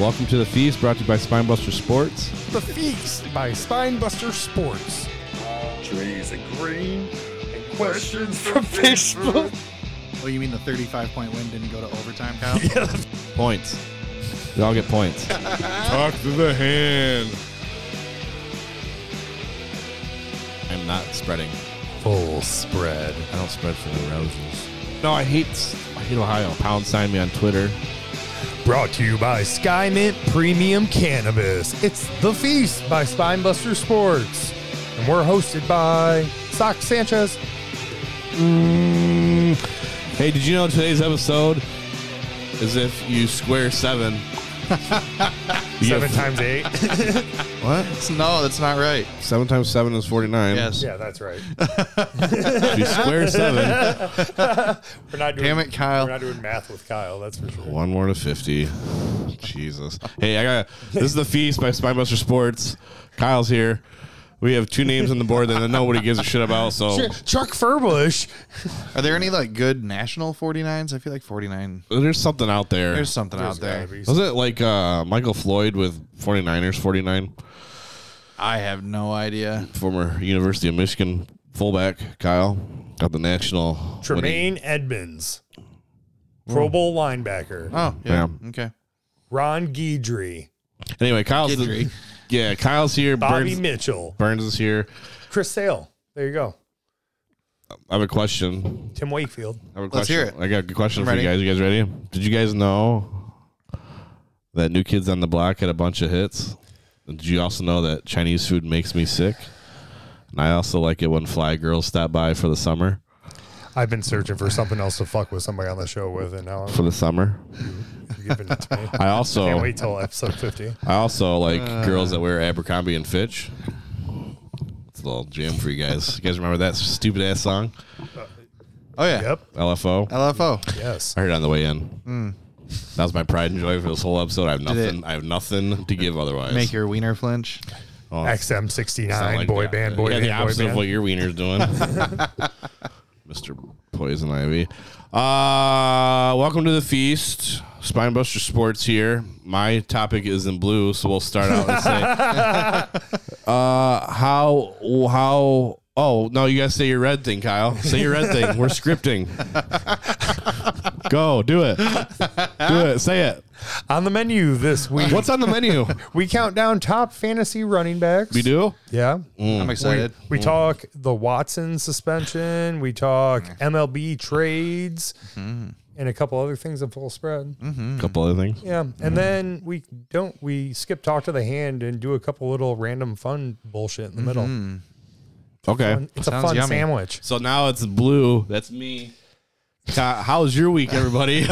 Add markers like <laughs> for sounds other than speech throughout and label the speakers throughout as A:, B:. A: Welcome to the feast brought to you by Spinebuster Sports.
B: The Feast by Spinebuster Sports.
C: trees and green and questions from Facebook.
D: Oh, you mean the 35 point win didn't go to overtime, Kyle?
A: Points. We all get <laughs> points. Talk to the hand. I'm not spreading.
B: Full spread.
A: I don't spread for the roses. No, I hate I hate Ohio. Pound sign me on Twitter.
B: Brought to you by Skymint Premium Cannabis. It's The Feast by Spinebuster Sports. And we're hosted by Sock Sanchez.
A: Hey, did you know today's episode is if you square seven? you
B: Seven
A: get-
B: times eight.
A: What?
D: no, that's not right.
A: Seven times seven is forty-nine.
B: <laughs>
D: Yes.
B: yeah, that's right.
A: If you square seven,
B: We're not doing,
D: Damn it, Kyle.
B: We're not doing math with Kyle, that's for sure.
A: one more to fifty. Jesus. Hey, I got this is the feast by Spinebuster Sports. Kyle's here. We have two names on the board that nobody gives a shit about. So
B: Chuck Furbush.
D: Are there any like good national 49s? I feel like 49.
A: there's something out there.
D: There's something out there.
A: was it like uh, Michael Floyd with 49ers 49,
D: I have no idea.
A: former University of Michigan fullback Kyle got the national winning-
B: Tremaine Edmonds, Pro Bowl linebacker.
D: Oh, yeah.
A: Yeah.
D: Okay.
B: Ron Guidry,
A: Anyway, Kyle's the-
D: Guidry.
A: yeah, Kyle's here.
B: Bobby
A: Burns,
B: Mitchell,
A: Burns is here.
B: Chris Sale. There you go.
A: I have a question.
B: Tim Wakefield.
A: I have a
D: Let's
A: question.
D: hear it.
A: I got a question
D: I'm
A: for you guys.
D: ready.
A: You guys ready? Did you guys know that New Kids on the Block had a bunch of hits? And Did you also know that Chinese food makes me sick? And I also like it when fly girls stop by for the summer.
B: I've been searching for something else to fuck with somebody on the show with, and now
A: For the summer,
B: you're giving it to me.
A: I also
B: <laughs> Can't wait till episode 50.
A: I also like
D: Uh.
A: girls that wear Abercrombie and Fitch. It's a little jam for you guys. You guys remember that stupid ass song?
D: Oh, yeah.
B: Yep.
A: LFO.
D: LFO.
B: Yes.
A: I heard it on the way in. That was my pride and joy for this whole episode. I have
D: Hmm. it-
A: nothing. I have nothing to give otherwise.
D: Make your wiener flinch.
A: Oh,
B: XM69,
A: sound like
B: boy
A: that.
B: band,
A: yeah,
B: boy band,
A: the
B: boy
A: opposite of
B: band.
A: what your wiener's doing. <laughs> Mr. Poison Ivy. Uh, welcome to the feast. Spinebuster Sports here. My topic is in blue, so we'll start out and say, <laughs> uh, how, how, oh, no, you guys say your red thing, Kyle. Say your red thing. We're <laughs> scripting. Go, do it. Do it. Say it.
B: on the
A: <laughs>
B: menu this week,
A: What's on the menu?
B: we count down top fantasy running backs.
A: We do? Mm-hmm.
B: Yeah.
D: I'm
B: We,
D: excited.
B: we talk the Watson suspension. We talk
A: Mm-hmm.
B: MLB trades and a couple other things in full spread.
A: A couple other things.
B: Yeah. And then we don't, we skip talk to the hand and do a couple little random fun bullshit in the middle.
A: Mm-hmm. Okay.
B: Fun- It's
D: Sounds
B: a fun
D: yummy.
B: sandwich.
A: So now it's blue. That's me. Ka- How's your week, everybody?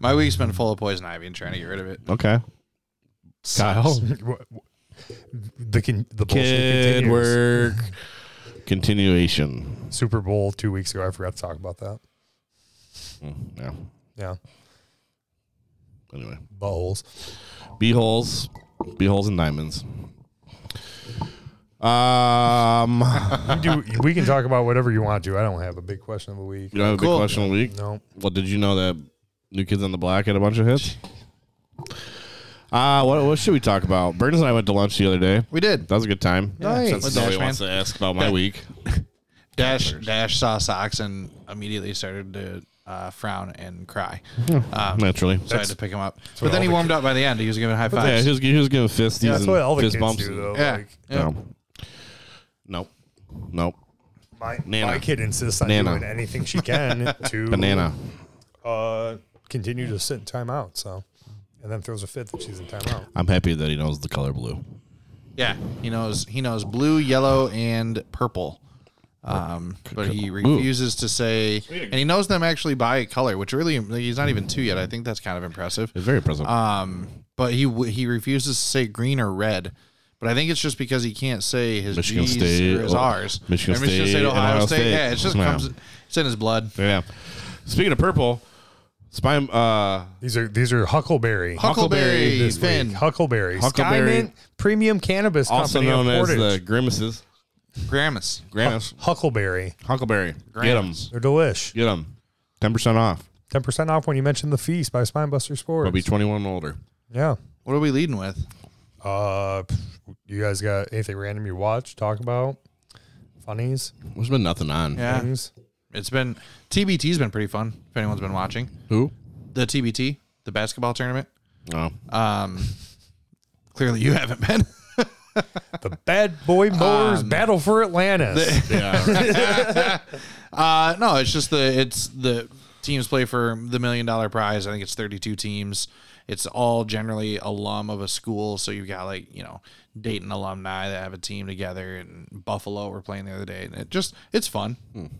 D: My week's been full of poison ivy and trying to get rid of it.
A: <laughs> <laughs> okay.
B: <laughs>
A: Kyle,
B: The, con- the bullshit
A: kid
B: continues.
A: work. Continuation.
B: Super Bowl two weeks ago. I forgot to talk about that.
A: Mm, Yeah.
B: Yeah.
A: Anyway,
B: Buttholes.
A: bee holes, bee holes, and diamonds. Um,
B: You do, <laughs> we can talk about whatever you want to. I don't have a big question of the week.
A: you have a big
D: Cool.
A: question of the week.
B: No.
A: Well, did you know that New Kids on the Block had a bunch of hits? Uh, what, what should we talk about? Burns and I went to lunch the other day.
D: We did.
A: That was a good time.
B: Nice.
A: Since
D: With
A: nobody
D: Dash
A: wants to ask about my week.
D: Dash Dash saw socks and immediately started to uh, frown and cry.
A: Hmm.
D: Um,
A: Naturally.
D: so I had to pick him up.
B: what
D: But then
B: all
D: he
B: the
D: warmed up by the end. He was giving high
A: Yeah,
D: fives.
A: he was, he was giving fisties
B: That's
A: and
B: what all the
A: fist
B: kids
A: bumps.
B: do, though.
D: Yeah.
B: Like,
D: Yeah.
A: No. Nope. Nope.
B: my,
A: Nana.
B: my kid insists on
A: Nana.
B: doing anything
A: <laughs>
B: she can to
A: Banana.
B: Uh, continue to sit in timeout. So, and then throws a fit that she's in timeout.
A: I'm happy that he knows the color blue.
D: Yeah, he knows he knows blue, yellow, and purple. Um, but he refuses to say, and he knows them actually by color, which really like, he's not even two yet. I think that's kind of impressive.
A: It's very impressive.
D: Um, but he w- he refuses to say green or red. But I think it's just because he can't say his
A: Michigan
D: G's
A: State,
D: or his
A: oh,
D: R's.
A: Michigan
D: And Michigan
A: State
D: State,
A: and
D: Ohio,
A: Ohio
D: State.
A: State.
D: Yeah, it just
A: Yeah.
D: comes. It's in his blood.
A: yeah. Speaking of purple, spine uh
B: These are these are Huckleberry.
A: Huckleberry
D: Huckleberry
B: This week.
D: Finn,
B: Huckleberry.
A: Huckleberry.
B: Skymint Premium Cannabis
A: also
B: Company
A: known
B: of
A: as
B: Portage.
A: the grimaces.
D: Grammys.
A: Gramus.
B: Huckleberry.
A: Huckleberry. Get 'em. Get 'em.
B: They're delish.
A: Get 'em. Ten percent off.
B: ten percent off when you mention the feast by Spinebuster Sports.
A: Probably 21 and older.
B: yeah.
D: What are we leading with?
B: Uh, pff, you guys got anything random you watch? Talk about funnies,
A: There's been nothing on.
D: Yeah.
B: things.
D: It's been TBT's been pretty fun. If anyone's been watching
A: Who?
D: the TBT, the basketball tournament.
A: No.
D: Um, <laughs> clearly you haven't been. <laughs>
B: The
A: <laughs>
B: Bad Boy
A: Ah,
B: Mowers battle for Atlantis.
A: yeah. right.
D: Uh, no, it's just the it's the teams play for the million dollar prize. I think it's 32 teams. It's all generally alum of a school, so you've got like you know Dayton alumni that have a team together, and Buffalo were playing the other day, and it just it's fun.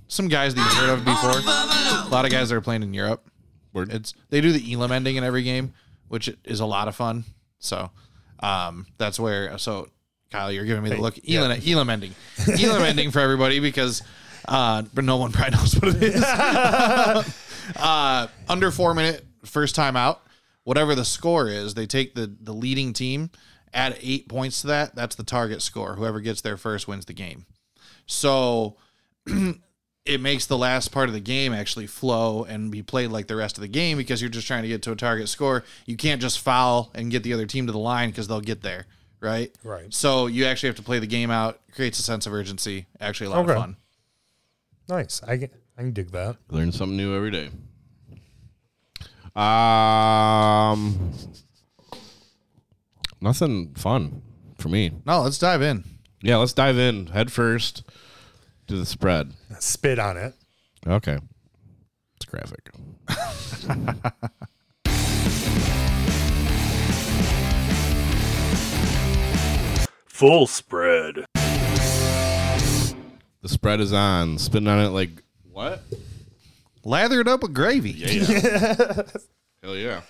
D: Some guys that you've heard of before, a lot of guys that are playing in Europe.
A: Word.
D: It's they do the Elam ending in every game, which is a lot of fun. So um, that's where so Kyle, you're giving me the look. Elam, Elam ending, Elam ending for everybody because uh, but no one probably knows what it is. uh, under four minute first time out. Whatever the score is, they take the the leading team, add eight points to that. That's the target score. Whoever gets there first wins the game. So <clears throat> it makes the last part of the game actually flow and be played like the rest of the game because you're just trying to get to a target score. You can't just foul and get the other team to the line because they'll get there, right?
B: Right.
D: So you actually have to play the game out. Creates a sense of urgency. Actually, a lot
B: Okay.
D: of fun.
B: nice. I can I can dig that.
A: Learn something new every day. Um, nothing fun for me.
D: No, let's dive in.
A: Yeah, let's dive in head first to the spread.
B: Spit on it.
A: Okay. It's graphic.
C: Full spread.
A: The spread is on. Spitting on it like what?
D: Lather it up with gravy.
A: Hell yeah.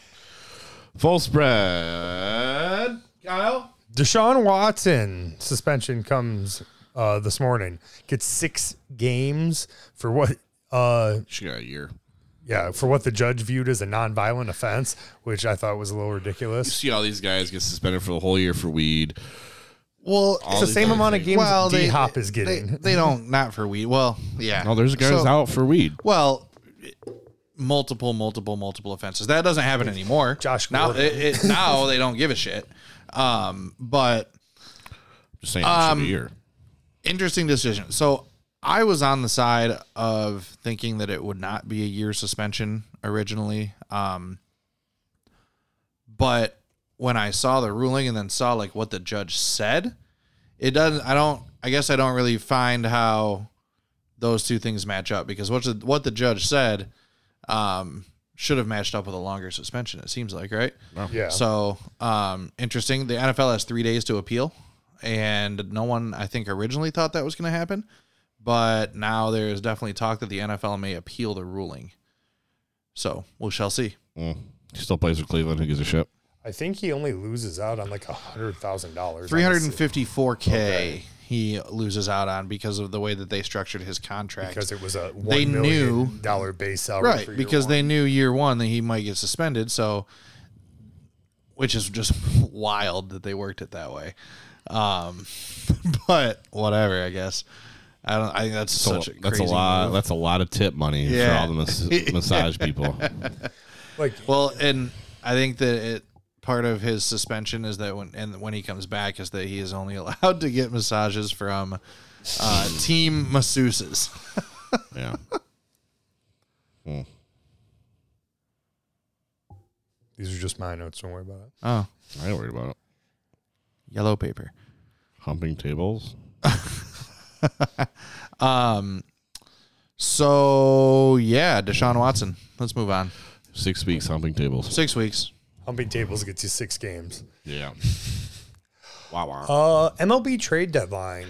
A: Full spread. Kyle.
B: Deshaun Watson suspension comes uh, this morning. Gets six games for what? Uh,
A: She got a year.
B: yeah, for what the judge viewed as a nonviolent offense, which I thought was a little ridiculous.
A: See all these guys get suspended for the whole year for weed.
D: Well,
A: All
B: It's the
A: these
B: same
A: other
B: amount of
A: things.
B: games
D: well,
B: D
D: they
B: Hop is
D: they-
B: getting.
D: <laughs> They, don't not for weed. Well, yeah.
A: No, Oh, there's guys
D: So-
A: out for weed.
D: Well, multiple, multiple, multiple offenses. That doesn't happen anymore.
B: Josh
D: now
B: Gordon.
D: it, it, now they don't give a shit. Um, but
A: Just saying, it's a year.
D: interesting decision. So I was on the side of thinking that it would not be a year suspension originally. Um, but when I saw the ruling and then saw like what the judge said, it doesn't. I don't. I guess I don't really find how those two things match up because what the, what the judge said um, should have matched up with a longer suspension. It seems like right.
B: yeah.
D: So um, interesting. The NFL has three days to appeal, and no one I think originally thought that was going to happen, but now there's definitely talk that the NFL may appeal the ruling. So we shall see.
A: Mm. He still plays with Cleveland. Who gives a shit?
B: I think he only loses out on like a hundred thousand dollars.
D: Three hundred and fifty-four k he loses out on because of the way that they structured his contract.
B: because it was a one
D: They knew-
B: million dollar base salary.
D: right
B: for year
D: because
B: one.
D: they knew year one that he might get suspended so which is just <laughs> wild that they worked it that way um <laughs> but whatever i guess i don't i think that's such a
A: that's a
D: crazy
A: lot.
D: move.
A: That's a lot of tip money
D: <laughs> Yeah.
A: for all the mas- massage people.
B: like
D: well and i think that it part of his suspension is that when and when he comes back is that he is only <laughs> allowed to get massages from uh team masseuses
A: Yeah. Mm.
B: these are just my notes. Don't worry about it.
D: oh
A: I ain't worried about it.
D: yellow paper
A: Humping tables.
D: um so yeah deshaun watson let's move on
A: Six weeks humping tables.
D: Six weeks.
B: Humping tables gets you six games.
A: Yeah. wow, wow.
B: Uh, MLB trade deadline.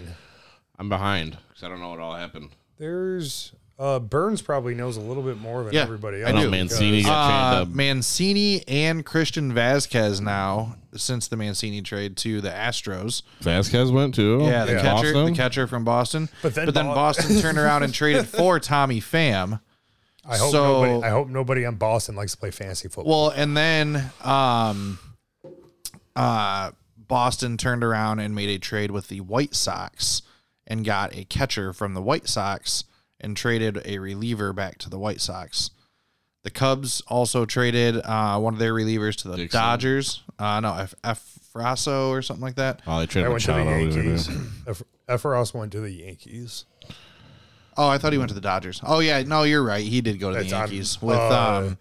A: I'm behind because I don't know what all happened.
B: There's uh, Burns probably knows a little bit more than
D: Yeah,
B: everybody else.
D: I
A: I know
D: do,
A: Mancini got
D: Uh,
A: trained up.
D: Mancini and Christian Vasquez now since the Mancini trade to the Astros.
A: Vasquez went too.
D: Yeah, the
A: To
D: catcher,
A: Boston?
D: the catcher from Boston.
B: Oh, But then Bo-
D: Boston turned around
B: <laughs>
D: and traded for Tommy Pham.
B: I hope
D: So-
B: nobody. I hope nobody on Boston likes to play fantasy football.
D: Well, and then um, uh, Boston turned around and made a trade with the White Sox and got a catcher from the White Sox and traded a reliever back to the White Sox. The Cubs also traded uh, one of their relievers to the
A: Dixon.
D: Dodgers. Uh, no, F- Frasso or something like that.
A: Oh, they
B: I
A: traded
B: went to the
A: Machado.
B: Yankees. Ef- Efros went to the Yankees.
D: Oh, I thought he went to the Dodgers. Oh yeah, no, you're right. He did go to the
B: That's on-
D: Yankees with
B: uh,
D: um,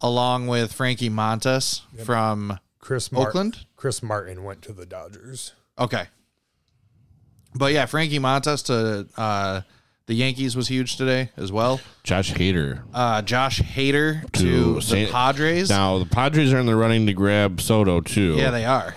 D: along with Frankie Montas from
B: Chris Mar-
D: Oakland?
B: Chris Martin went to the Dodgers.
D: Okay. But yeah, Frankie Montas to uh, the Yankees was huge today as well.
A: Josh Hader.
D: Uh, Josh Hader to,
A: To
D: the
A: Saint-
D: Padres.
A: Now the Padres are in the running to grab Soto too.
D: yeah, they are.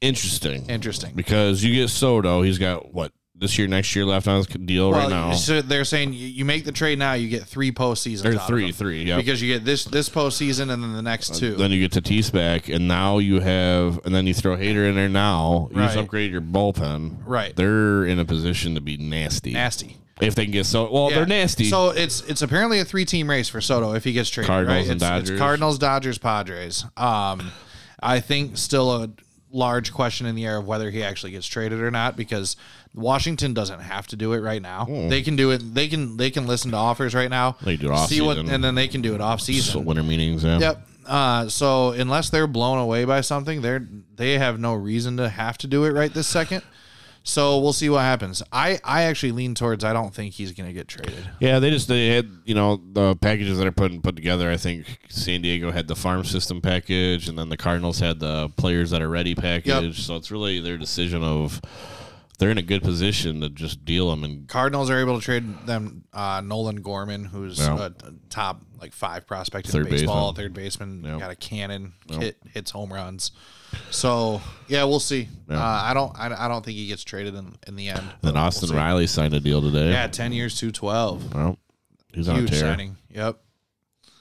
A: interesting.
D: Interesting.
A: because you get Soto, he's got what this year, next year left on his deal right now.
D: so they're saying you, you make the trade now, you get three postseasons.
A: Or
D: out of
A: three, Uh,
D: them.
A: three, yeah.
D: Because you get this this postseason and then the next two.
A: Then you get Tatis back, and now you have, and then you throw Hader in there. Now you just
D: Right.
A: upgrade your bullpen.
D: Right.
A: they're in a position to be nasty.
D: Nasty.
A: If they can get so, well,
D: Yeah.
A: they're nasty.
D: So it's it's apparently a three team race for Soto if he gets traded.
A: Cardinals
D: right?
A: and
D: It's-
A: Dodgers.
D: It's Cardinals, Dodgers, Padres. Um, I think still a large question in the air of whether he actually gets traded or not because Washington doesn't have to do it right now. They can do it. They can they can listen to offers right now.
A: Hmm. They do it
D: see what
A: off-season.
D: and then they can do it off season.
A: So winter meetings. Yeah.
D: Yep. Uh, so unless they're blown away by something, they're they have no reason to have to do it right this second. So we'll see what happens. I, I actually lean towards I don't think he's going to get traded.
A: Yeah, they just they had you know the packages that are put put together. I think San Diego had the farm system package, and then the Cardinals had the players that are ready package. So it's really their decision of they're in a good position to just deal them and
D: Cardinals are able to trade them uh, Nolan Gorman, who's
A: Yeah.
D: a a top like five prospect in
A: Third
D: baseball,
A: baseman.
D: third baseman,
A: Yeah.
D: got a cannon, hit, hits home runs. So yeah, we'll see.
A: Yeah.
D: Uh, I don't I, I don't think he gets traded in, in the end.
A: Then
D: We'll
A: Austin
D: see.
A: Riley signed a deal today.
D: yeah, ten years, two twelve,
A: Well, he's on a
D: huge
A: tear.
D: signing. Yep.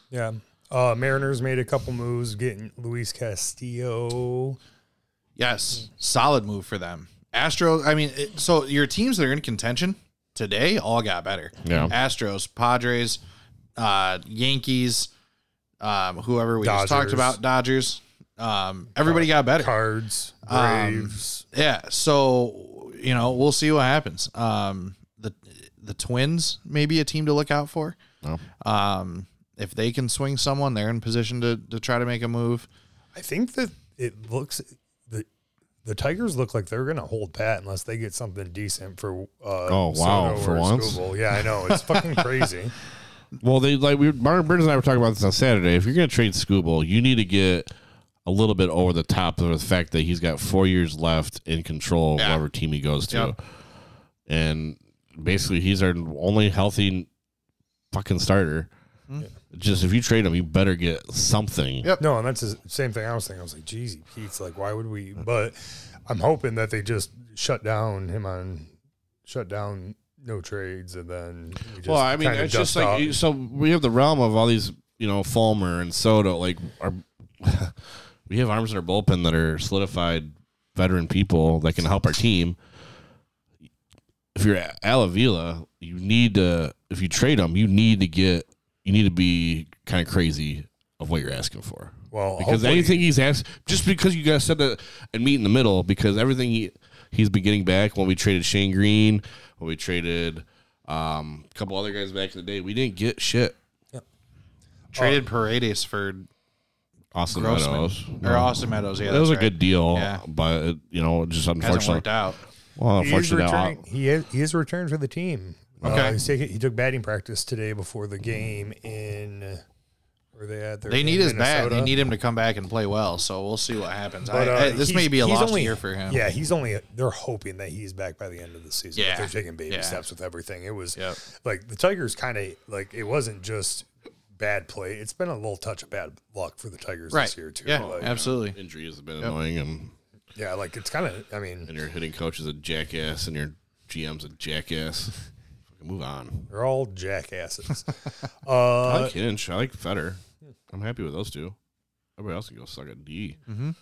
B: Yeah. Uh, Mariners made a couple moves, getting Luis Castillo.
D: Yes, solid move for them. Astros. I mean, it, so your teams that are in contention today all got better.
A: Yeah.
D: Astros, Padres, uh, Yankees, um, whoever we just talked
B: Dodgers.
D: about, Dodgers. Um, everybody got better. Um,
B: Cards, Braves.
D: Yeah. So you know, we'll see what happens. Um, the the Twins may be a team to look out for.
A: No.
D: Um, if they can swing someone, they're in position to to try to make a move.
B: I think that it looks the the Tigers look like they're gonna hold pat unless they get something decent for. Uh,
A: Oh, wow,
B: Soto
A: for
B: or
A: once?
B: Scoville. yeah, I know it's
A: <laughs>
B: fucking crazy.
A: Well, they like we Martin Burns and I were talking about this on Saturday. If you're going to trade Scooble, you need to get a little bit over the top of the fact that he's got four years left in control of
D: Yeah.
A: whatever team he goes to,
D: Yep.
A: and basically he's our only healthy fucking starter.
D: Mm-hmm.
A: Just if you trade him, you better get something.
D: Yep.
B: No, and that's the same thing I was thinking. I was like, Jeezy Pete's like, why would we? But I'm hoping that they just shut down him on shut down no trades and then we just
A: well, I mean,
B: kinda
A: it's just
B: dust
A: like
B: off.
A: so we have the realm of all these, you know, Fulmer and Soto. Like, our, <laughs> we have arms in our bullpen that are solidified veteran people that can help our team. If you're Alavila, you need to. If you trade them, you need to get. You need to be kind of crazy of what you're asking for.
B: well
A: Because
B: hopefully-
A: anything he's asked, just because you guys said that and meet in the middle, because everything he he's been getting back when we traded Shane Green, when we traded um, a couple other guys back in the day, we didn't get shit.
D: Traded Paredes for
A: Austin
D: Grossman
A: Oh. Meadows,
D: or Austin Meadows. Yeah,
A: that was a
D: that's right.
A: good deal,
D: Yeah.
A: but you know, just
D: hasn't worked
A: unfortunately,
D: out.
A: well,
B: he is
A: unfortunately,
B: returning. He is, he is returned for the team.
D: Okay.
B: Uh, he's taking, he took batting practice today before the game in. Where they at? They're
D: They
B: in
D: need his bat. They
B: Minnesota.
D: need him to come back and play well. So we'll see what happens.
B: But,
D: I,
B: uh,
D: I- this
B: he's-
D: may be a
B: he's
D: lost
B: only-
D: year for him.
B: Yeah, he's only. They're hoping that he's back by the end of the season. but
D: Yeah.
B: they're taking baby
D: Yeah.
B: steps with everything. It was
D: Yep.
B: like the Tigers kind of like it wasn't just bad play. It's been a little touch of bad luck for the Tigers
D: Right.
B: this year too.
D: yeah.
B: like,
D: absolutely.
A: injuries have been annoying, and
B: yeah, like it's kind of. I mean,
A: and your hitting coach is a jackass, and your GM's a jackass.
D: <laughs>
A: Fucking move on.
B: they're all jackasses.
A: I
B: uh,
A: like Hinch. I like Fetter. I'm happy with those two. Everybody else can go suck a D.
D: Mhm.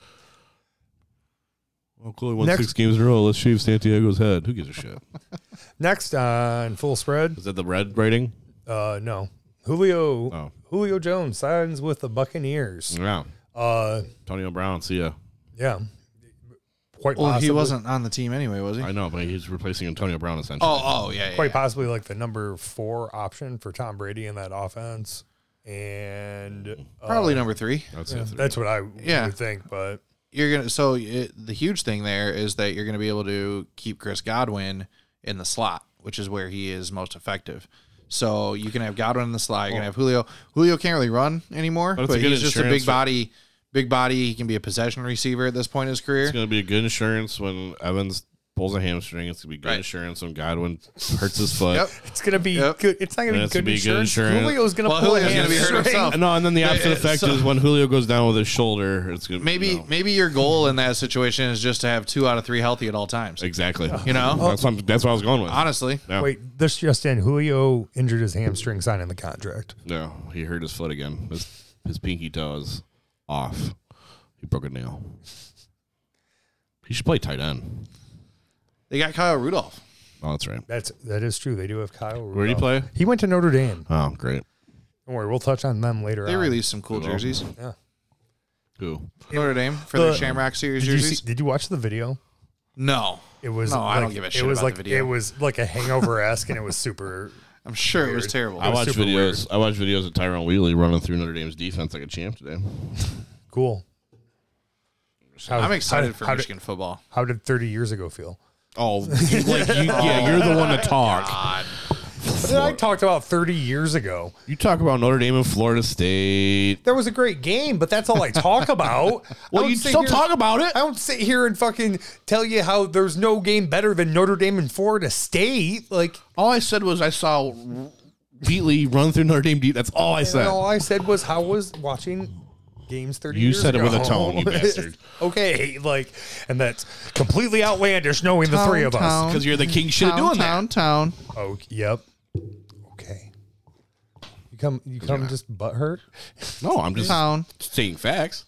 A: Well, Chloe won
B: Next-
A: six games in a row. Let's shave Santiago's head. Who gives a shit?
B: next on full
A: <laughs>
B: spread.
A: Is that the red rating?
B: Uh, no, Julio.
A: Oh.
B: Julio Jones signs with the Buccaneers.
A: Yeah.
D: Mm.
B: Uh,
A: Antonio Brown, see ya.
B: yeah. Quite
D: Well, he
B: possibly-
D: wasn't on the team anyway, was he?
A: I know, but he's replacing Antonio Brown essentially.
D: oh, oh, yeah. yeah,
B: quite
D: yeah.
B: possibly like the number four option for Tom Brady in that offense. and uh,
D: Probably number three.
A: That's
B: yeah,
A: it.
B: that's what I
D: Yeah.
B: would think. But
D: You're gonna so it, the huge thing there is that you're gonna be able to keep Chris Godwin in the slot, which is where he is most effective. So you can have Godwin in the slot. You're gonna have Julio. Julio can't really run anymore,
A: But it's
D: but,
A: a good
D: he's just a
A: insurance
D: big
A: for-
D: body. Big body. He can be a possession receiver at this point in his career.
A: It's going to be good insurance when Evans pulls a hamstring. It's going to be good
D: Right.
A: insurance when Godwin hurts his foot.
D: Yep.
B: it's gonna be
D: Yep.
B: good. It's not gonna
A: That's
B: be
A: gonna
B: good
A: be good
B: insurance.
A: insurance.
B: Julio's gonna
D: Well,
B: pull
D: Julio's
B: a
D: gonna be hurt
B: hamstring.
D: himself.
A: And No, and then the opposite
D: Yeah,
A: effect
D: so-
A: is when Julio goes down with his shoulder, it's going to
D: Maybe maybe your goal in that situation is just to have two out of three healthy at all times.
A: exactly.
D: You know,
A: That's what, I'm- that's what I was going with.
D: honestly,
A: Yeah.
B: <laughs> Wait, this just in: Julio injured his hamstring signing the contract.
A: No, he hurt his foot again. His, his pinky toe is off. He broke a nail. He should play tight end.
D: they got Kyle Rudolph.
A: Oh, that's right.
B: That's that is true. They do have Kyle. Rudolph.
A: Where did he play?
B: He went to Notre Dame.
A: Oh, great.
B: Don't worry, we'll touch on them later.
D: They
B: on.
D: released some cool jerseys.
A: Who?
D: Notre Dame for their
B: Uh,
D: Shamrock Series
B: Did you,
D: jerseys.
B: see, did you watch the video?
D: no,
B: It was
D: No,
B: Like,
D: I don't give a shit
B: It was
D: about
B: like
D: the video.
B: it was like a hangover esque, and it was super.
D: I'm sure it was
B: Weird.
D: terrible.
A: I watch
B: super
A: videos. I watch videos of Tyrone Wheatley running through Notre Dame's defense like a champ today.
B: Cool. How-
D: I'm excited
B: how did-
D: for
B: how did-
D: Michigan football.
B: How did 30 years ago feel?
A: Oh, <laughs> you, like you, yeah, you're the one to talk.
B: I talked about 30 years ago.
A: You talk about Notre Dame and Florida State.
B: That was a great game, but that's all I talk <laughs> about.
A: Well,
B: I
A: you
B: don't sit
A: still
B: here-
A: talk about it.
B: I don't sit here and fucking tell you how there's no game better than Notre Dame and Florida State. Like,
A: All I said was I saw Wheatley run through Notre Dame deep. That's all I
B: and
A: said.
B: all I said was how was watching games 30
A: You
B: years
A: said it
B: ago.
A: with a tone,
B: <laughs>
A: you bastard.
B: okay, like, and that's completely outlandish knowing the three of us.
A: Because you're the king shit of doing that.
D: town, town.
B: Oh, yep. Okay. You come, you come just butthurt.
A: No, I'm just
D: Town.
A: stating facts.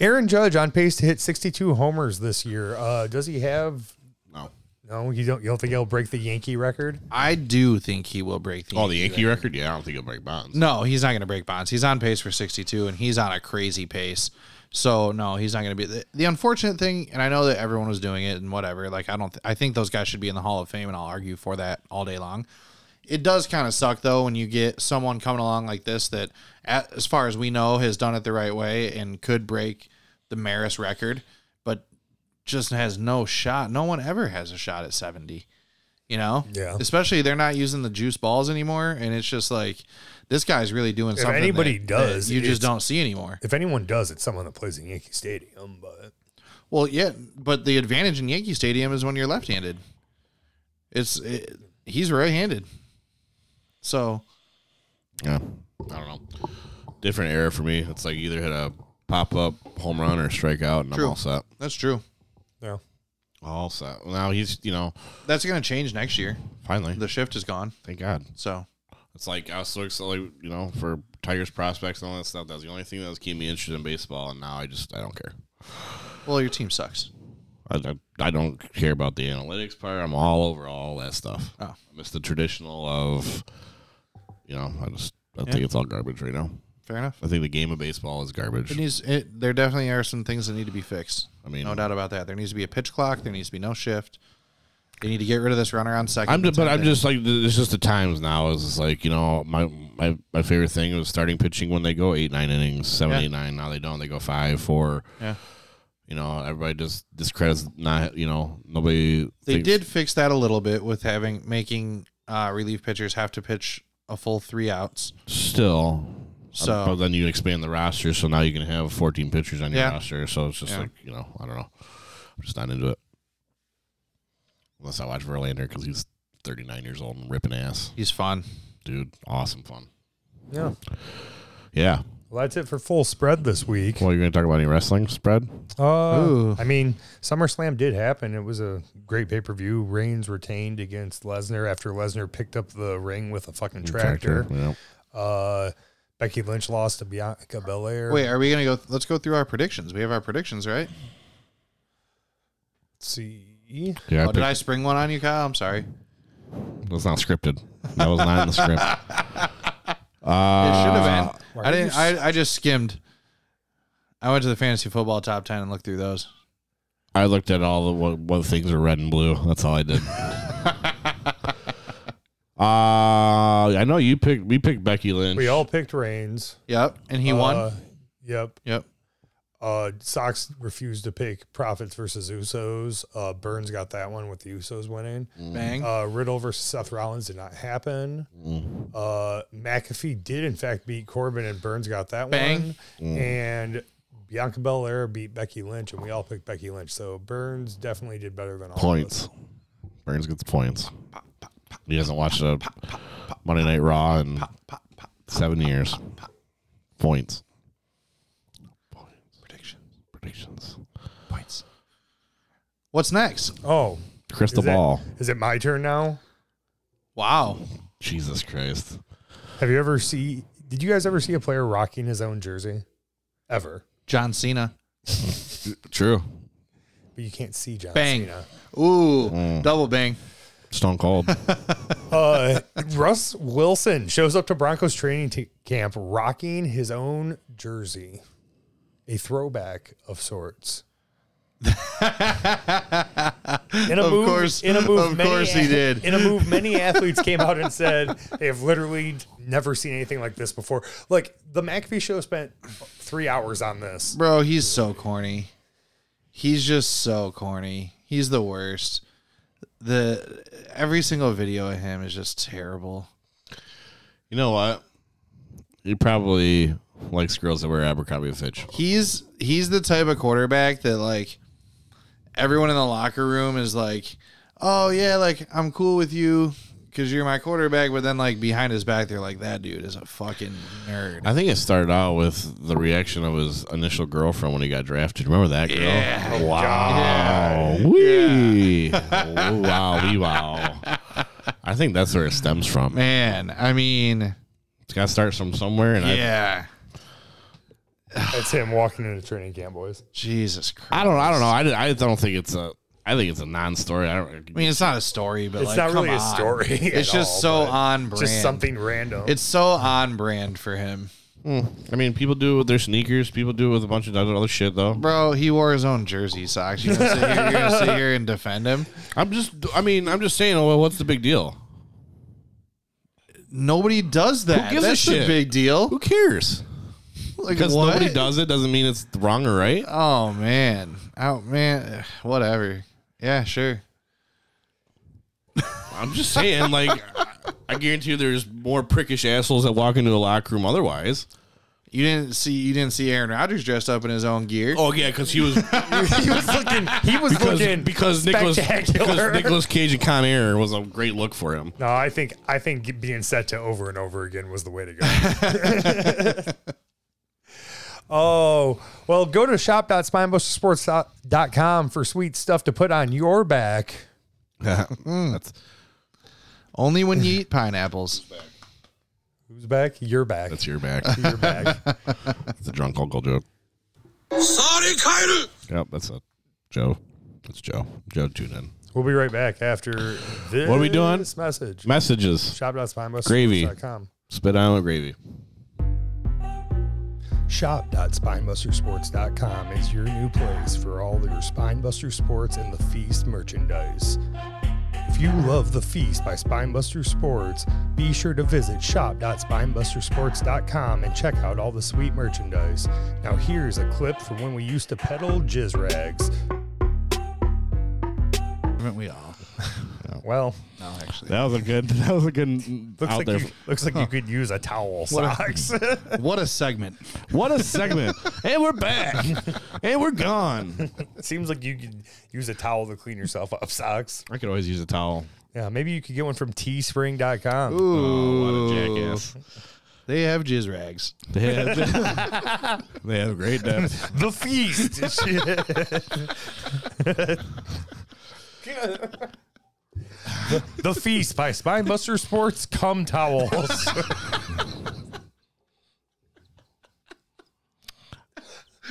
B: Aaron Judge on pace to hit 62 homers this year. Uh, does he have?
A: No.
B: No, you don't. You don't think he'll break the Yankee record?
D: I do think he will break the.
A: Oh, the Yankee record? Yeah, I don't think it'll break bonds.
D: No, he's not going to break bonds. He's on pace for 62, and he's on a crazy pace. So no, he's not going to be the, the unfortunate thing. And I know that everyone was doing it and whatever. Like I don't, th- I think those guys should be in the Hall of Fame, and I'll argue for that all day long. It does kind of suck though when you get someone coming along like this that, at, as far as we know, has done it the right way and could break the Maris record, but just has no shot. No one ever has a shot at 70. You know,
B: Yeah.
D: Especially they're not using the juice balls anymore, and it's just like this guy's really doing something. that-
B: anybody
D: that
B: does,
D: you just
B: it's-
D: don't see anymore.
B: If anyone does, it's someone that plays in Yankee Stadium. But
D: Well, yeah, but the advantage in Yankee Stadium is when you're left-handed. It's it, he's right-handed, so
A: Yeah. I don't know. Different era for me. It's like either hit a pop up home run or a strikeout, and
D: True.
A: I'm all set.
D: that's true.
B: no,
A: All set. Now he's, you know,
D: That's going to change next year.
A: finally.
D: The shift is gone,
A: Thank God.
D: so
A: It's like I was so excited, you know, for Tigers prospects and all that stuff. That was the only thing that was keeping me interested in baseball, and now I just I don't care.
D: well, your team sucks.
A: I, I, I don't care about the analytics part. I'm all over all that stuff.
D: Oh.
A: I miss the traditional of, you know, I just I think it's all garbage right now.
D: Fair enough.
A: I think the game of baseball is garbage.
D: It needs it, there definitely are some things that need to be fixed.
A: I mean-
D: no doubt about that. There needs to be a pitch clock. There needs to be no shift. They need to get rid of this runner on 2nd
A: I'm just, but I'm just like it's just the times now. Is it's like you know my my my favorite thing was starting pitching when they go eight nine innings seven
D: Yeah.
A: eight nine. Now they don't. They go five four.
D: Yeah.
A: You know everybody just discredits not you know nobody.
D: They
A: thinks-
D: did fix that a little bit with having making uh, relief pitchers have to pitch a full three outs.
A: still.
D: So-
A: but then you expand the roster, so now you can have 14 pitchers on your
D: Yeah.
A: roster. So it's just
D: Yeah.
A: like you know, I don't know. I'm just not into it. Unless I watch Verlander because he's 39 years old and ripping ass,
D: He's fun.
A: dude. Awesome fun.
B: yeah.
A: Yeah.
B: Well, that's it for full spread this week.
A: Well, you're gonna talk about any wrestling spread?
B: Uh,
D: Ooh.
B: I mean, SummerSlam did happen. It was a great pay per view. Reigns retained against Lesnar after Lesnar picked up the ring with a fucking tractor.
A: Yeah.
B: Uh, Becky Lynch lost to Bianca Belair.
D: Wait, are we gonna go? Let's go through our predictions. We have our predictions, right?
B: Let's see.
A: Yeah, I
D: oh, did I spring one on you, Kyle? I'm sorry.
A: picked- that's not scripted. That was not in the
D: <laughs>
A: script.
D: It
A: Uh,
D: should have been.
B: why are
D: I
B: you
D: didn't. I, I just skimmed. I went to the fantasy football top ten and looked through those.
A: I looked at all the what, what
D: <laughs>
A: things are red and blue. That's all I did. uh Wow, I know you picked. We picked Becky Lynch.
B: We all picked Reigns.
D: Yep. And he won.
B: Uh, yep.
D: Yep.
B: Uh, Sox refused to pick Profits versus Usos. Uh, Burns got that one with the Usos winning.
D: Bang.
B: Uh, Riddle versus Seth Rollins did not happen.
A: Mm,
B: Uh, McAfee did, in fact, beat Corbin, and Burns got that
D: Bang.
B: one. And Bianca Belair beat Becky Lynch, and we all picked Becky Lynch. So Burns definitely did better than all Of us.
A: points. Burns gets points. He hasn't watched a Monday Night Raw in seven years. Points. Predictions. Predictions.
D: Points. What's next?
B: Oh,
A: Crystal
B: is it-
A: ball.
B: is it my turn now?
D: Wow.
A: Jesus Christ.
B: Have you ever see? Did you guys ever see a player rocking his own jersey? Ever?
D: John Cena.
A: True.
B: But you can't see John
D: Bang.
B: Cena.
D: Ooh. Double bang.
A: Stone Cold.
B: Uh, <laughs> Russ Wilson shows up to Broncos training t- camp rocking his own jersey, a throwback of sorts. in a
D: Of
B: move,
D: course-
B: in a move,
D: of
B: many
D: course he
B: ath-
D: did.
B: In a
D: <laughs>
B: move, many athletes came out and said they have literally never seen anything like this before. Like the McAfee show spent three hours on this.
D: Bro, he's so corny. He's just so corny. He's the worst. The every single video of him is just terrible.
A: <laughs> you know what? He probably likes girls that wear Abercrombie and Fitch.
D: He's he's the type of quarterback that like everyone in the locker room is like, "Oh yeah, like I'm cool with you cuz you're my quarterback," but then like behind his back they're like, "That dude is a fucking nerd."
A: I think it started out with the reaction of his initial girlfriend when he got drafted. Remember that girl?
D: Yeah.
A: Wow.
D: Yeah.
A: Wee. Oh, wow. Wee wow. I think that's where it stems from.
D: Man, I mean,
A: It's got to start from somewhere. And
D: yeah.
B: That's him walking into training camp, boys.
D: Jesus Christ.
A: I, I don't. I don't know. I, did- I don't think it's a. I think it's a non-story. I don't.
D: I mean, it's not a story, but
B: It's
D: like,
B: not really
D: come
B: a
D: on.
B: story.
D: It's
B: at
D: just
B: all,
D: so
B: but
D: on brand.
B: Just something random. <laughs>
D: It's so on brand for him,
A: I mean, people do it with their sneakers. People do it with a bunch of other shit, though.
D: bro. He wore his own jersey socks. You know, sit here, you're gonna sit here and defend him.
A: I'm just. I mean, I'm just saying. oh, Well, what's the big deal?
D: Nobody does that.
A: gives a
D: That's the
A: shit?
D: big deal.
A: Who cares?
D: Like
A: Because
D: what?
A: nobody does it doesn't mean it's wrong or right.
D: Oh man, oh man, whatever. Yeah, sure.
A: I'm just saying, like, <laughs> I guarantee you there's more prickish assholes that walk into the locker room otherwise.
D: You didn't see you didn't see Aaron Rodgers dressed up in his own gear.
A: Oh, yeah, because <laughs> he was.
B: he was looking. He was
A: Because,
B: looking
A: because Nicholas
B: spectacular.
A: because Nicolas Cage and Con Air was a great look for him.
B: no, I think I think being set to over and over again was the way to go.
A: <laughs>
B: <laughs> oh well, go to shop.spinebustersports.com for sweet stuff to put on your back.
A: <laughs> that's,
D: Only when you eat pineapples.
B: Who's back? Your back.
A: that's your back. <laughs>
B: your back.
A: It's a drunk uncle joke. Yep, that's a Joe. That's Joe. Joe, tune in.
B: we'll be right back after this.
A: What are we doing?
B: Message.
A: Messages.
B: Shop.spinebustersports.com.
A: Gravy. Spit out with gravy.
B: Shop.spinebustersports.com is your new place for all your Spinebuster Sports and the Feast merchandise. If you love The Feast by Spinebuster Sports, be sure to visit shop.spinebustersports.com and check out all the sweet merchandise. Now, here's a clip from when we used to peddle jizz rags.
D: Haven't we all?
B: Well, <laughs>
D: No, actually.
A: That was a good. <laughs> That was a good.
B: looks like you, looks like you could use a towel socks. <laughs>
D: What a segment.
A: <laughs> What a segment! and we're
B: <laughs>
A: back. and we're gone.
B: Seems like you could use a towel to clean yourself up socks.
A: I could always use a towel.
B: Yeah, maybe you could get one from teespring.com.
A: Oh, what a
D: Ooh.
A: jackass.
D: They have jizz rags.
A: They have, <laughs> they have great depth.
B: The <laughs> feast. the feast by Spinebuster Sports cum towels.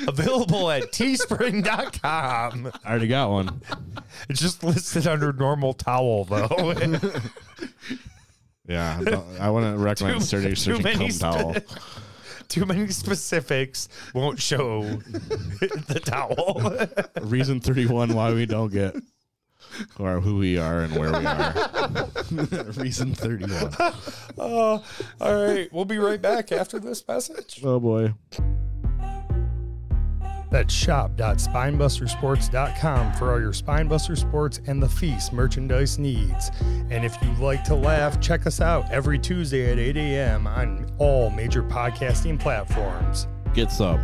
B: Available at teespring.com.
A: I already got one.
B: It's just listed under normal towel, though. <laughs>
A: Yeah, I want
B: <laughs>
A: to recommend
B: Too-
A: searching,
B: too
A: searching
B: many
A: cum
B: sp-
A: towel.
B: <laughs> Too many specifics won't show the towel.
A: Reason thirty one why we don't get or who we are and where we are.
B: <laughs>
A: <laughs> Reason 31.
B: Uh, all right, we'll be right back after this message.
A: Oh, boy.
B: That's shop.spinebustersports.com for all your Spinebuster Sports and the Feast merchandise needs. And if you like to laugh, check us out every Tuesday at 8 a.m. on all major podcasting platforms.
A: Get some.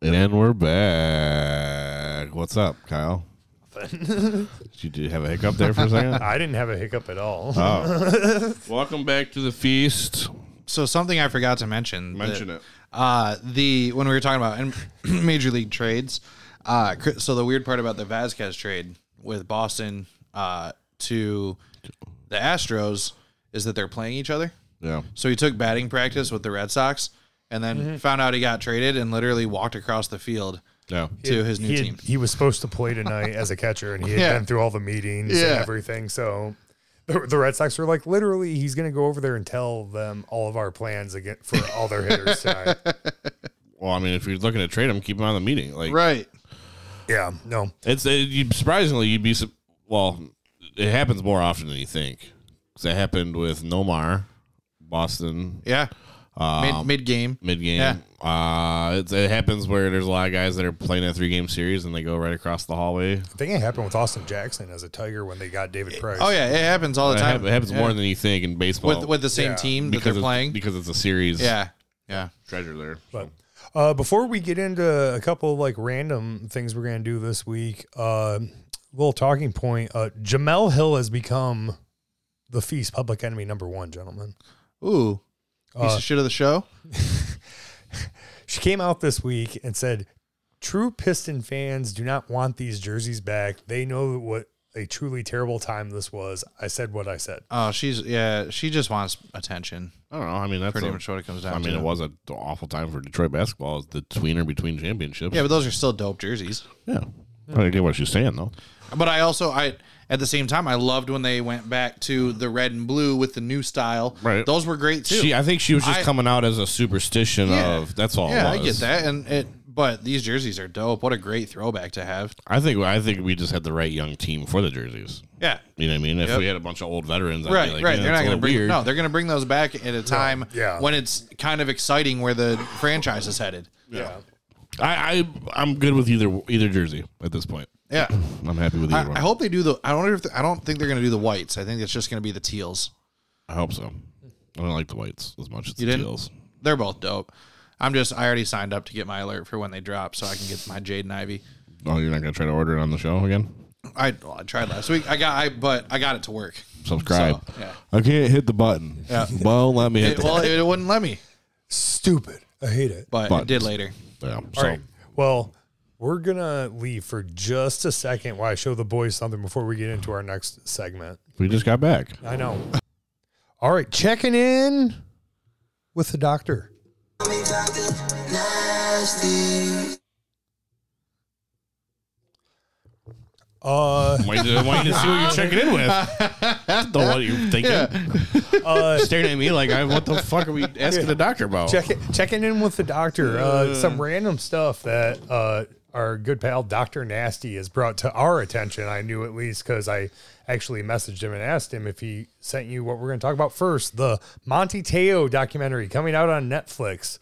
A: And we're back. What's up, Kyle? Did you did have a hiccup there for a second?
B: <laughs> I didn't have a hiccup at all.
A: Oh. Welcome back to the feast.
D: So something I forgot to mention.
A: Mention
D: that-
A: it.
D: Uh, the when we were talking about in <clears throat> major league trades. Uh, cr- so the weird part about the Vasquez trade with Boston uh, to the Astros is that they're playing each other.
A: Yeah.
D: So he took batting practice with the Red Sox, and then
B: Mm-hmm.
D: found out he got traded, and literally walked across the field
A: Yeah.
D: to his new
B: he, had-
D: team.
B: he was supposed to play tonight as a catcher, and he had
D: Yeah.
B: been through all the meetings and
D: Yeah.
B: everything. So the, the Red Sox were like, literally, he's going to go over there and tell them all of our plans again for all their hitters tonight.
D: <laughs>
A: Well, I mean, if you're looking to trade him, keep him out of the meeting. Like,
D: Right.
B: Yeah, no,
A: It's it, you, surprisingly you'd be su- well. It happens more often than you think. 'Cause it happened with Nomar, Boston
D: Yeah.
A: Um,
D: Mid, mid game.
A: mid game. Uh, it's, it happens where there's a lot of guys that are playing a three game series and they go right across the hallway.
B: I think it happened with Austin Jackson as a Tiger when they got David Price.
D: Oh yeah, it happens all the
A: It,
D: time.
A: hap- it happens
D: Yeah.
A: more than you think in baseball
D: with with the same
B: Yeah.
D: team that they're
A: it's-
D: playing.
A: because it's a series.
D: yeah. Yeah.
A: treasure there.
B: But uh, before we get into a couple like random things we're gonna do this week, uh, little talking point. Uh, Jamel Hill has become the feast public enemy number one, gentlemen.
D: Ooh. Piece of shit of the show.
B: She came out this week and said, "True Piston fans do not want these jerseys back. They know what a truly terrible time this was." I said what I said.
D: Oh, she's yeah. She just wants attention.
A: I don't know. I mean, that's
D: Pretty
A: a-
D: much what it comes down
A: I mean,
D: to.
A: it was an awful time for Detroit basketball. Is the tweener between championships.
D: Yeah, but those are still dope jerseys.
A: yeah. I don't get what she's saying though.
D: But I also I at the same time I loved when they went back to the red and blue with the new style.
A: Right.
D: Those were great too.
A: She, I think she was just
D: I-
A: coming out as a superstition
D: Yeah.
A: of that's all.
D: yeah,
A: it
D: I
A: was.
D: get that. And it but these jerseys are dope. What a great throwback to have.
A: I think I think we just had the right young team for the jerseys.
D: Yeah.
A: You know what I mean? If
D: Yep.
A: we had a bunch of old veterans, I'd
D: Right,
A: be like,
D: right.
A: "Yeah,
D: they're
A: it's
D: not
A: a
D: going
A: little
D: to bring
A: weird."
D: no. They're going to bring those back at a time
B: yeah.
D: when it's kind of exciting where the franchise is headed.
B: Yeah.
A: I, I I'm good with either either jersey at this point.
D: Yeah,
A: I'm happy with either
D: I,
A: one.
D: I hope they do the. I don't wonder if I don't think they're going to do the whites. I think it's just going to be the teals.
A: I hope so. I don't like the whites as much as
D: You
A: the
D: didn't?
A: teals.
D: They're both dope. I'm just I already signed up to get my alert for when they drop so I can get my Jade and Ivy.
A: Oh, you're not gonna try to order it on the show again?
D: I, well, I tried last week. I got I but I got it to work.
A: Subscribe.
D: So, yeah.
A: I can't hit the button.
D: Yeah.
A: <laughs> Well, let me hit
D: It,
A: the
D: well, it wouldn't let me,
B: Stupid. I hate it.
D: but
A: Buttons.
D: it did later.
A: button. Yeah,
B: All
A: so-
B: right. Well, we're going to leave for just a second while I show the boys something before we get into our next segment.
A: We just got <laughs> back.
B: I know. All right. Checking in with the doctor. Uh,
A: Waiting to, waiting to see what you're checking in <laughs> with. Don't let you thinking.
B: uh,
A: Staring at me like, I, what the fuck are we asking the doctor about?
B: check it, checking in with the doctor. Uh, some random stuff that uh, our good pal Doctor Nasty has brought to our attention. I knew at least because I actually messaged him and asked him if he sent you what we're going to talk about first. The Monty Teo documentary coming out on Netflix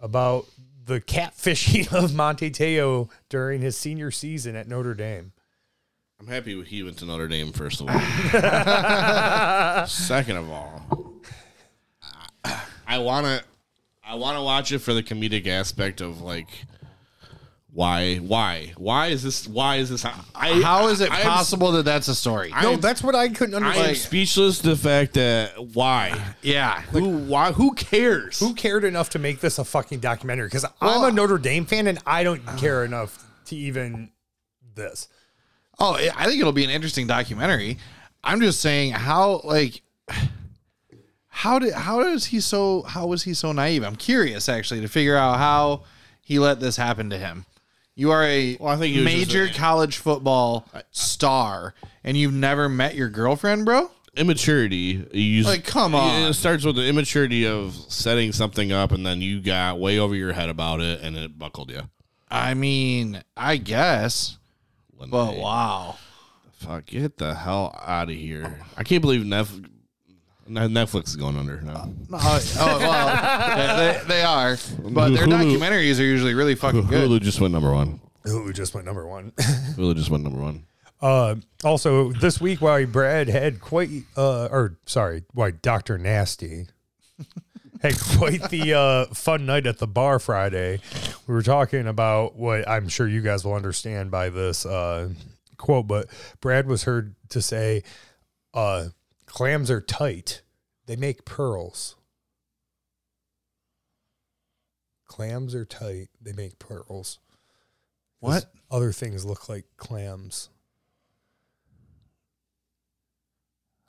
B: about the <laughs> catfishing of Monty Teo during his senior season at Notre Dame.
A: I'm happy he went to Notre Dame
D: <laughs>
A: first of all. Second of all, I- I want to I want to watch it for the comedic aspect of like why why why is this why is this I,
D: How is it
A: I'm-
D: possible that that's a story?
A: I'm-
B: that's what I couldn't
A: I am speechless to the fact that why
D: yeah,
A: who why who cares
B: Who cared enough to make this a fucking documentary? Because I'm a Notre Dame fan and I don't care enough to even this.
D: Oh, I I think it'll be an interesting documentary. I'm just saying how like how did how is he so how was he so naive? I'm curious actually to figure out how he let this happen to him. You are a
A: Well, I think he was just
D: major
A: a-
D: college football star and you've never met your girlfriend, bro?
A: immaturity. You
D: Like, come on.
A: It starts with the immaturity of setting something up, and then you got way over your head about it, and it buckled you.
D: I mean, I guess, but
A: Lemonade.
D: wow.
A: Fuck, get the hell out of here. I can't believe Netflix, Netflix is going under now.
D: No, oh, oh,
A: <laughs>
D: well, they, they are, but their
A: Hulu-
D: documentaries are usually really fucking good.
A: Hulu just went number one.
B: Ooh, just went number one. <laughs>
A: Hulu just went number one.
B: Uh, also, this week, while Brad had quite, uh, or sorry, why Doctor Nasty <laughs> had quite the uh, fun night at the bar Friday. We were talking about what I'm sure you guys will understand by this uh, quote, but Brad was heard to say, uh, "Clams are tight; they make pearls." Clams are tight; they make pearls. 'Cause
D: What?
B: other things look like clams?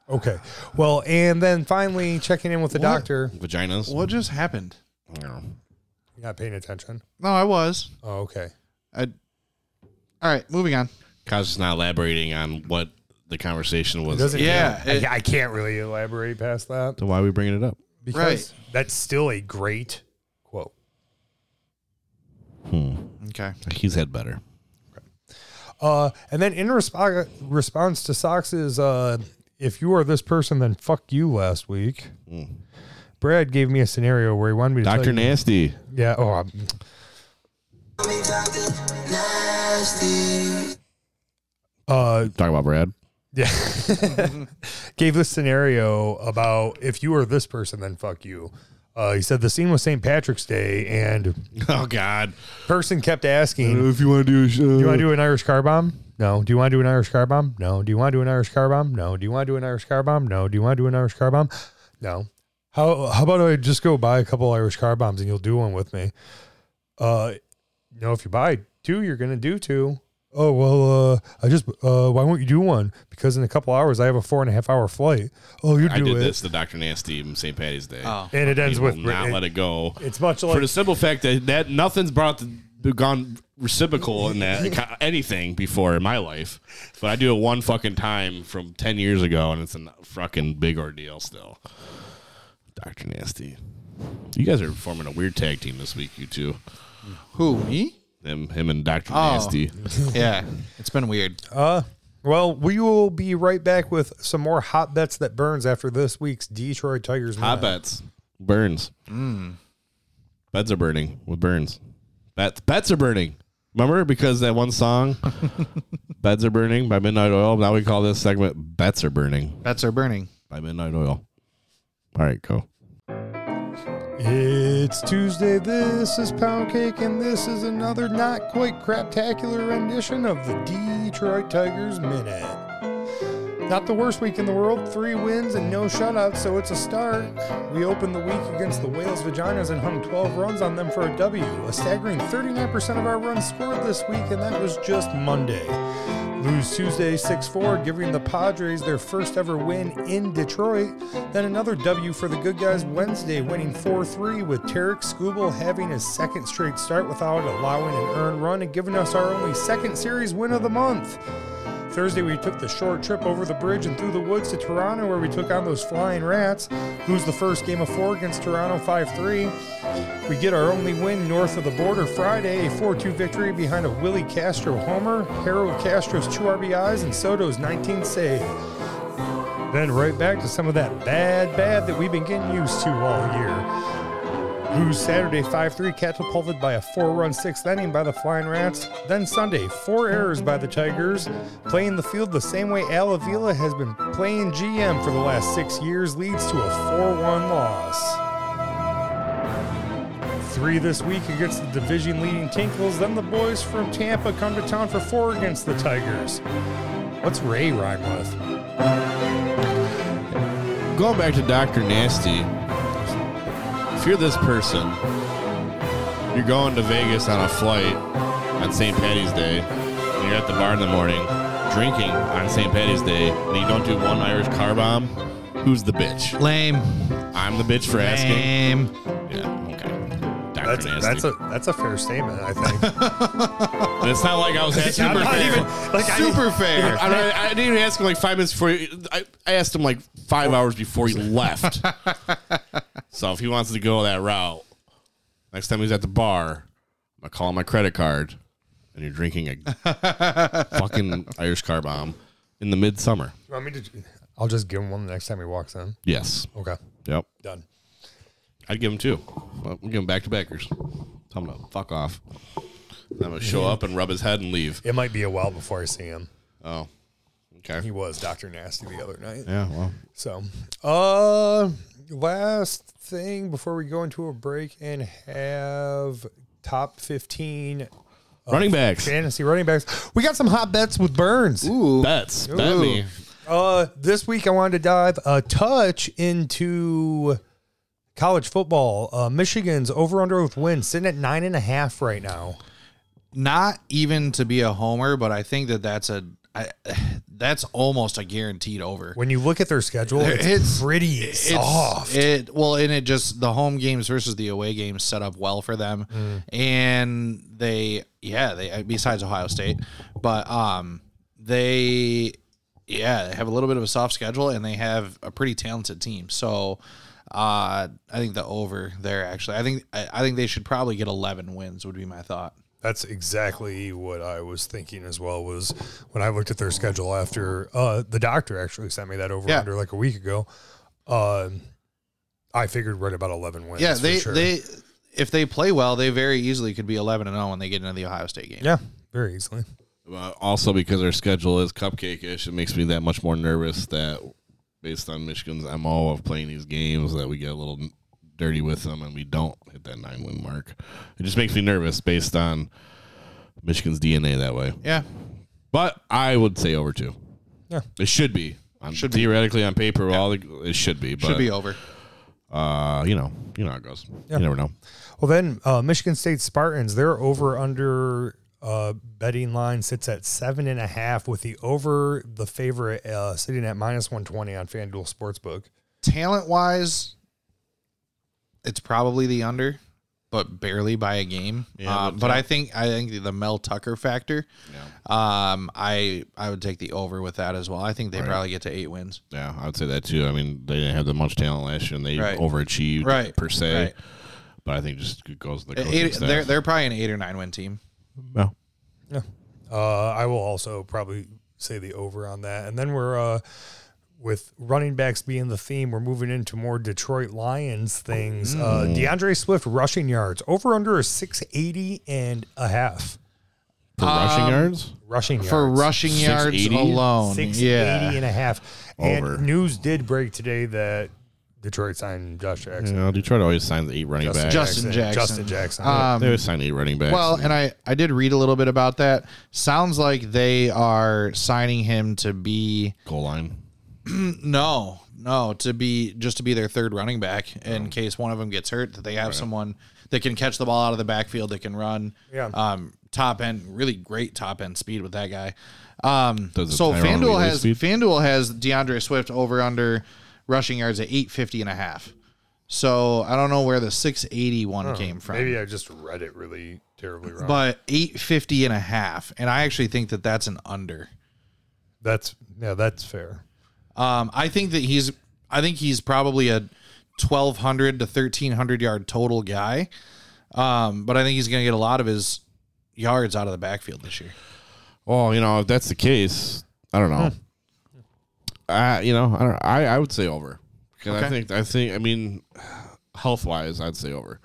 B: Okay. Well, and then finally checking in with the
D: What?
B: doctor.
A: Vaginas.
D: What just happened?
A: Yeah.
B: You're not paying attention.
D: No, I was.
B: Oh, okay.
D: I. All right, moving on.
A: Kyle's just not elaborating on what the conversation was.
B: Doesn't
D: Yeah,
B: count.
D: it-
B: I, I can't really elaborate past that
A: So why are we bringing it up?
B: because that's still a great quote.
D: Okay.
A: He's had Hmm. better.
B: Uh, and then in resp- response to Sox's, uh, if you are this person, then fuck you last week.
D: Hmm.
B: Brad gave me a scenario where he wanted me to
A: Dr.
B: tell you-
A: Nasty.
B: Yeah. Oh, I'm, uh,
A: Talk about Brad.
B: Yeah.
A: Mm-hmm.
B: <laughs> Gave this scenario about if you are this person, then fuck you. Uh, he said the scene was St. Patrick's Day, and
A: Oh, God.
B: person kept asking,
A: If you want to do a show.
B: "Do Uh, you want to do an Irish car bomb? No. Do you want to do an Irish car bomb? No. Do you want to do an Irish car bomb? No. Do you want to do an Irish car bomb? No. Do you want to do an Irish car bomb? No. How how about I just go buy a couple Irish car bombs and you'll do one with me? Uh, no. If you buy two, you're gonna do two. Oh well, uh, I just uh, why won't you do one? Because in a couple hours I have a four and a half hour flight. Oh, you do
A: I did
B: it.
A: this to Dr. Nasty on St. Patty's Day.
D: Oh.
B: And it ends
A: He
B: with
A: will not let it go.
B: It's much
A: For
B: like
A: the simple fact that, that nothing's brought the gone reciprocal in that anything before in my life. But I do it one fucking time from 10 years ago, and it's a fucking big ordeal still. Dr. Nasty. You guys are forming a weird tag team this week, you two.
D: Who <laughs> me?
A: Him, him and Dr.
D: Oh.
A: Nasty.
D: yeah, it's been weird.
B: Uh, well, we will be right back with some more hot bets that burns after this week's Detroit Tigers.
A: Hot
B: win.
A: bets. Burns. Beds are burning with burns. Bets bets are burning. Remember? Because that one song Beds Are Burning by Midnight Oil. Now we call this segment Bets Are Burning
D: Bets are burning.
A: by Midnight Oil. All right, go.
B: It's Tuesday. This is Pound Cake, and this is another not quite craptacular rendition of the Detroit Tigers Minute. Not the worst week in the world. Three wins and no shutouts, so it's a start. We opened the week against the Wales Vaginas and hung 12 runs on them for a W. A staggering 39% of our runs scored this week, and that was just Monday. Lose Tuesday 6 4, giving the Padres their first ever win in Detroit. Then another W for the good guys Wednesday, winning 4 3, with Tarek Skubal having his second straight start without allowing an earned run and giving us our only second series win of the month. Thursday, we took the short trip over the bridge and through the woods to Toronto, where we took on those flying rats. Lose the first game of four against Toronto 5 3. We get our only win north of the border Friday, a 4 2 victory behind a Willie Castro homer, Harold Castro's two RBIs, and Soto's 19th save. Then right back to some of that bad, bad that we've been getting used to all year. Lose Saturday 5 3, catapulted by a four run sixth inning by the Flying Rats. Then Sunday, four errors by the Tigers, playing the field the same way Al Avila has been playing GM for the last six years, leads to a 4 1 loss. Three this week against the division leading Tinkles. Then the boys from Tampa come to town for four against the Tigers. What's Ray rhyme with?
A: Going back to Dr. Nasty, if you're this person, you're going to Vegas on a flight on St. Patty's Day, and you're at the bar in the morning drinking on St. Patty's Day, and you don't do one Irish car bomb, who's the bitch?
D: Lame.
A: I'm the bitch for asking.
D: Lame.
A: Yeah, okay. Dr.
B: That's,
A: Nasty.
B: that's, a, that's a fair statement, I think.
A: And it's not like I was asking.
B: <laughs> I'm
A: for
B: not
A: favor.
B: even- like, I-
D: Super fair.
A: I, don't- I didn't even ask him like five minutes before. He, I, I asked him like five hours before he <laughs> left. so if he wants to go that route, next time he's at the bar, I call my credit card, and you're drinking a <laughs> fucking Irish car bomb in the midsummer.
B: You want me to? I'll just give him one the next time he walks in.
A: Yes.
B: Okay,
A: Yep.
B: done.
A: I'd give him two. Well, I'm giving back to backers. Tell him to fuck off. And I'm gonna show up and rub his head and leave.
B: It might be a while before I see him.
A: Oh,
B: He
A: okay.
B: was Doctor Nasty the other night.
A: Yeah. Well,
B: So, uh, last thing before we go into a break and have top 15
A: running backs.
B: fantasy running backs, we got some hot bets with Burns.
D: Ooh.
A: Bets. Bet me.
B: Uh, this week I wanted to dive a touch into college football. Uh, Michigan's over under with wins sitting at nine and a half right now.
D: Not even to be a homer, but I think that that's a I, <sighs> that's almost a guaranteed over.
B: When you look at their schedule, it's,
D: It's-
B: pretty
D: it's-
B: soft.
D: It well, and it just the home games versus the away games set up well for them,
B: Mm.
D: and they yeah they uh, besides Ohio State, but um they yeah they have a little bit of a soft schedule and they have a pretty talented team. So uh I think the over there actually I think I, I think they should probably get eleven wins would be my thought.
B: That's exactly what I was thinking as well. Was when I looked at their schedule after uh, the doctor actually sent me that over
D: Yeah.
B: under like a week ago. Um, I figured right about eleven wins.
D: yeah
B: for
D: they
B: sure.
D: they if they play well they very easily could be eleven and zero when they get into the Ohio State game.
B: yeah very easily.
A: Well, also because our schedule is cupcake-ish, it makes me that much more nervous that based on Michigan's MO of playing these games that we get a little dirty with them and we don't hit that nine-win mark. It just makes me nervous based on Michigan's DNA that way.
D: Yeah.
A: But I would say over two.
B: Yeah.
A: It should be. On, should theoretically on paper, all the, it should be. But,
D: Should be over.
A: Uh, you know, you know how it goes. You never know.
B: Well, then uh, Michigan State Spartans, their over under uh, betting line sits at seven and a half, with the over the favorite uh, sitting at minus one twenty on FanDuel Sportsbook.
D: talent wise, it's probably the under, but barely by a game. um, but I think I think the Mel Tucker factor. Um, I I would take the over with that as well. I think they probably get to eight wins.
A: Yeah, I would say that too. I mean, they didn't have that much talent last year, and they
D: Right.
A: overachieved
D: Right,
A: per se.
D: right.
A: But I think just it goes to the coaching
D: Eight,
A: staff.
D: they're they're probably an eight or nine win team.
A: no.
B: Uh, I will also probably say the over on that. And then we're uh, with running backs being the theme, we're moving into more Detroit Lions things. Uh, DeAndre Swift rushing yards over under is 680 and a half.
A: For
D: Um,
A: rushing yards?
B: Rushing yards.
D: For rushing yards
A: 680?
D: alone,
B: 680
D: yeah,
B: and a half.
A: Over.
B: And news did break today that Detroit signed Josh
A: You
B: Jackson.
A: know, Detroit always signs eight running backs.
D: Justin Jackson. Uh,
B: Justin Jackson.
A: they always sign eight running backs.
D: um, Well, and I I did read a little bit about that. Sounds like they are signing him to be
A: goal line.
D: No, no, to be just to be their third running back
A: Oh.
D: in case one of them gets hurt, that they have someone that can catch the ball out of the backfield, that can run.
B: Yeah.
D: Um, top end, really great top end speed with that guy. Um,
A: Does it
D: so
A: Tyrone
D: FanDuel
A: Wheatley
D: has
A: speed?
D: FanDuel has DeAndre Swift over under rushing yards at 850 and a half. So I don't know where the 681
A: Oh,
D: came from
B: Maybe I just read it really terribly wrong.
D: but 850 and a half and I actually think that that's an under.
B: that's yeah, that's fair.
D: Um, I think that he's I think he's probably a 1200 to 1300 yard total guy. Um, but I think he's going to get a lot of his yards out of the backfield this year.
A: Well, you know, if that's the case, I don't know.
D: Hmm.
A: Uh, you know, I don't. I, I would say over because I
D: Okay.
A: think I think I mean, health wise, I'd say over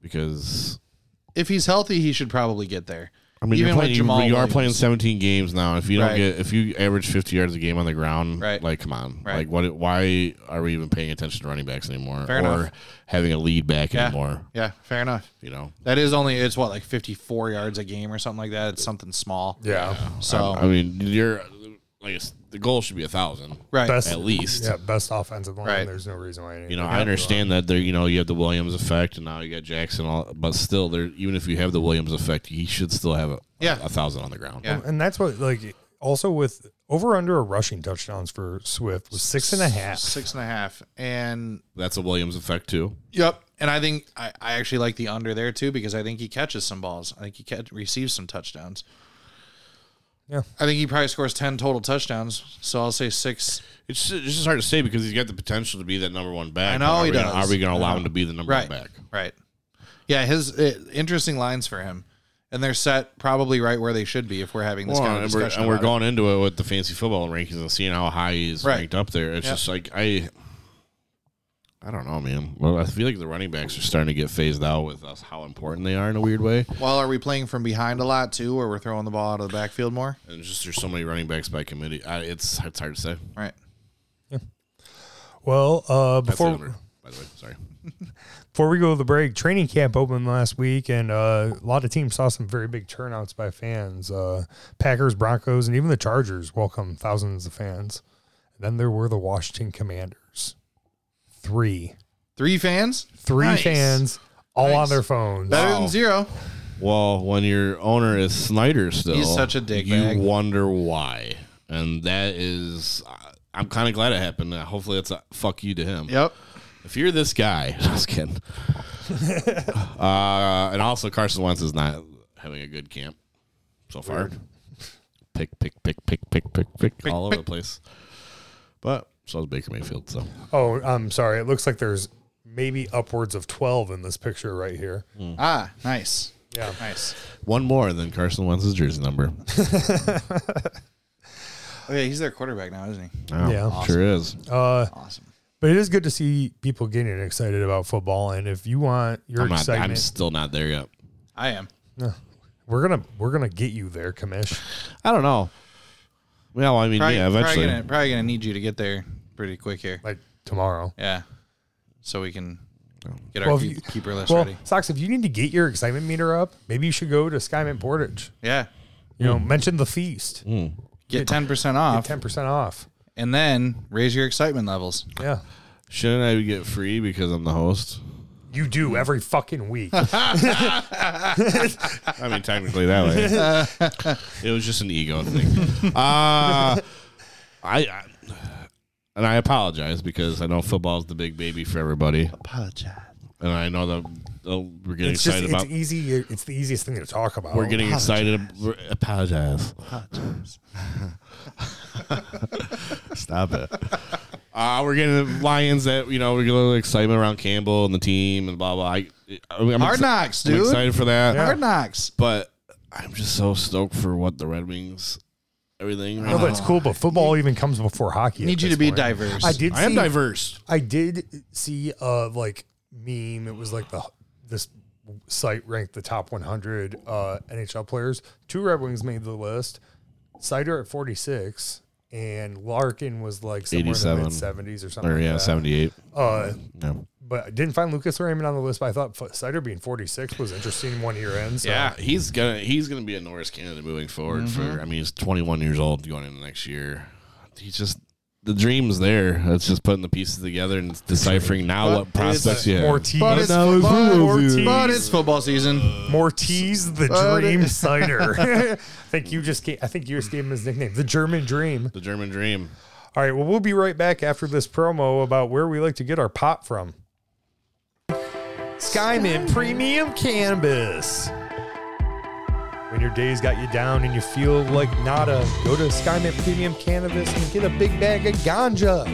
A: because
D: If he's healthy, he should probably get there.
A: I mean, you're
D: with
A: playing, you are
D: Williams.
A: playing 17 games now. If you don't
D: Right.
A: get, if you average 50 yards a game on the ground,
D: Right.
A: like, come on,
D: Right.
A: like, what? Why are we even paying attention to running backs anymore,
D: Fair
A: or
D: enough.
A: having a lead back
D: Yeah.
A: anymore?
D: Yeah, fair enough.
A: You know,
D: That is only it's what like 54 yards a game or something like that. It's something small.
B: Yeah.
D: So
A: I mean, you're like it's- the goal should be a thousand,
D: right.
B: Best
A: At least,
B: yeah, best offensive line.
D: Right.
B: There's no reason why
A: you know. I understand that there, you know, you have the Williams effect, and now you got Jackson. All, but still, there, even if you have the Williams effect, he should still have a
D: Yeah.
A: a thousand on the ground.
D: Yeah.
B: and that's what like also with over under a rushing touchdowns for Swift was six and a half.
D: Six and a half. And
A: that's a Williams effect too.
D: Yep. And I think I, I actually like the under there too because I think he catches some balls. I think he catch, receives some touchdowns.
B: Yeah.
D: I think he probably scores 10 total touchdowns. So I'll say six.
A: It's just, it's just hard to say because he's got the potential to be that number one back.
D: I know
A: but are
D: he
A: we gonna-
D: does.
A: are we going
D: I
A: to allow
D: know.
A: him to be the number
D: Right.
A: one back?
D: Right. Yeah, his uh interesting lines for him, and they're set probably right where they should be if we're having this
A: Well,
D: kind of
A: and we're,
D: discussion.
A: and we're
D: about
A: going into it with the fancy football rankings and seeing how high he's
D: Right.
A: ranked up there. It's
D: Yeah.
A: just like I, I don't know, man. Well, I feel like the running backs are starting to get phased out with us how important they are in a weird way.
D: it. Well, are we playing from behind a lot too, where we're throwing the ball out of the backfield more?
A: And it's just there's so many running backs by committee. I, it's it's hard to say.
D: Right.
B: Well, uh,
A: That's
B: before
A: the under, by the way, sorry.
B: before we go to the break, training camp opened last week, and uh, a lot of teams saw some very big turnouts by fans. Uh, Packers, Broncos, and even the Chargers welcomed thousands of fans. then there were the Washington Commanders. Three.
D: Three fans,
B: Three
D: Nice.
B: fans, all
D: Nice.
B: on their phones.
D: better
A: Wow.
D: than zero.
A: Well, when your owner is Snyder, still
D: He's such a dick
A: You
D: bag.
A: wonder why, and that is. I- I'm kind of glad it happened. Uh, Hopefully, that's a fuck you to him.
D: Yep.
A: If you're this guy, <laughs> just
D: <laughs>
A: kidding. uh, and also, Carson Wentz is not having a good camp so far. Pick, pick, pick, pick, pick, pick, pick, all over the place. But so is Baker Mayfield. So
B: Oh, I'm sorry. It looks like there's maybe upwards of 12 in this picture right here.
D: Ah, nice.
B: Yeah.
D: Nice.
A: one more than Carson Wentz's jersey
D: <laughs>
A: number.
D: Oh yeah, he's their quarterback now, isn't he?
A: Wow,
B: Yeah.
A: sure is.
B: Uh,
D: Awesome.
B: but it is good to see people getting excited about football. And if you want your
A: I'm not. I'm
B: excitement,
A: still not there yet.
D: I am.
B: we're gonna we're gonna get you there, Kamish.
A: I don't know. Well, I mean,
D: Probably,
A: yeah,
D: Probably
A: eventually.
D: gonna, probably gonna need you to get there pretty quick here.
B: Like tomorrow.
D: Yeah. So we can get
B: Well,
D: our
B: if
D: keep,
B: you-
D: keeper list
B: Well,
D: ready.
B: Sox, if you need to get your excitement meter up, maybe you should go to Skyman Portage.
D: Yeah.
B: You
D: Mm.
B: know, mention the feast,
D: Get ten percent off,
B: ten percent off.
D: and then raise your excitement levels.
B: Yeah,
A: Shouldn't I get free because I'm the host?
B: you do every fucking
D: <laughs>
B: week.
A: I mean, technically that way. <laughs> it was just an ego thing. <laughs> Uh, I, I and I apologize because I know football is the big baby for everybody,
D: Apologize.
A: and I know that uh, we're getting
B: it's just
A: excited
B: it's
A: about.
B: easy. It's the easiest thing to talk about.
A: We're getting excited. We're, apologize. Stop it. Uh, we're getting the Lions that, you know, we're getting a little excitement around Campbell and the team and blah, blah. I, I'm, I'm
D: Hard
A: exci-
D: knocks,
A: I'm
D: dude.
A: excited for that.
D: Hard knocks.
A: but I'm just so stoked for what the Red Wings, everything.
B: No, but it's cool. But football even comes before hockey. at
D: Ah. Need you
B: this
D: to be
B: point.
D: diverse.
B: I did.
A: I am
B: see-
A: diverse.
B: I did see a like meme. It was like the this site ranked the top 100 uh, NHL players. Two Red Wings made the list. Cider at 46, and Larkin was like somewhere in
A: 87.
B: the mid 70s or something.
A: Or
B: like
A: yeah,
B: that.
A: seventy-eight.
B: Uh,
A: Yeah.
B: but I didn't find Lucas Raymond on the list. But I thought F- Cider being 46 was interesting one year in. So.
A: Yeah, he's gonna he's gonna be a Norris candidate moving forward.
B: Mm-hmm.
A: For I mean, he's 21 years old going into next year. He's just the dream's there. It's just putting the pieces together and deciphering now
D: But
A: what prospects
D: it's
A: you have.
B: Ortiz,
D: but, it's,
A: now it's
D: but,
A: football season.
D: but it's football season.
B: Mortiz the
D: But- <laughs>
B: Dream Cider. <laughs> I think you just gave, I think you just gave him his nickname, the German Dream.
A: The German dream.
B: All right, well, we'll be right back after this promo about where we like to get our pot from. Skyman Premium Cannabis. When your day's got you down and you feel like nada, go to Skyman Premium Cannabis and get a big bag of ganja.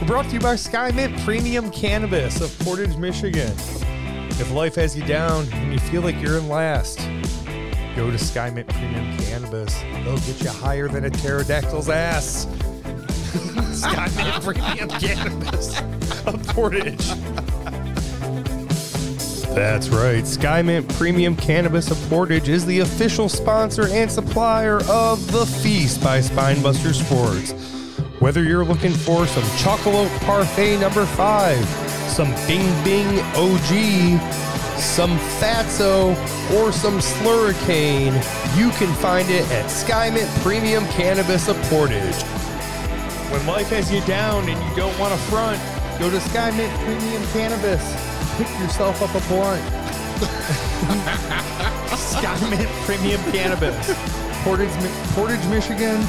B: We're brought to you by Skymint Premium Cannabis of Portage, Michigan. If life has you down and you feel like you're in last, go to Skymint Premium Cannabis. They'll get you higher than a pterodactyl's ass. <laughs> Skymint Premium Cannabis of Portage. That's right. Skymint Premium Cannabis of Portage is the official sponsor and supplier of The Feast by Spinebuster Sports. Whether you're looking for some Chocolate Parfait number five, some Bing Bing OG, some Fatso, or some Slurricane, you can find it at Skymint Premium Cannabis of Portage. When life has you down and you don't want to front, go to Skymint Premium Cannabis. Pick yourself up a blunt. <laughs> Skymint Premium Cannabis. Portage, Mi- Portage, Michigan.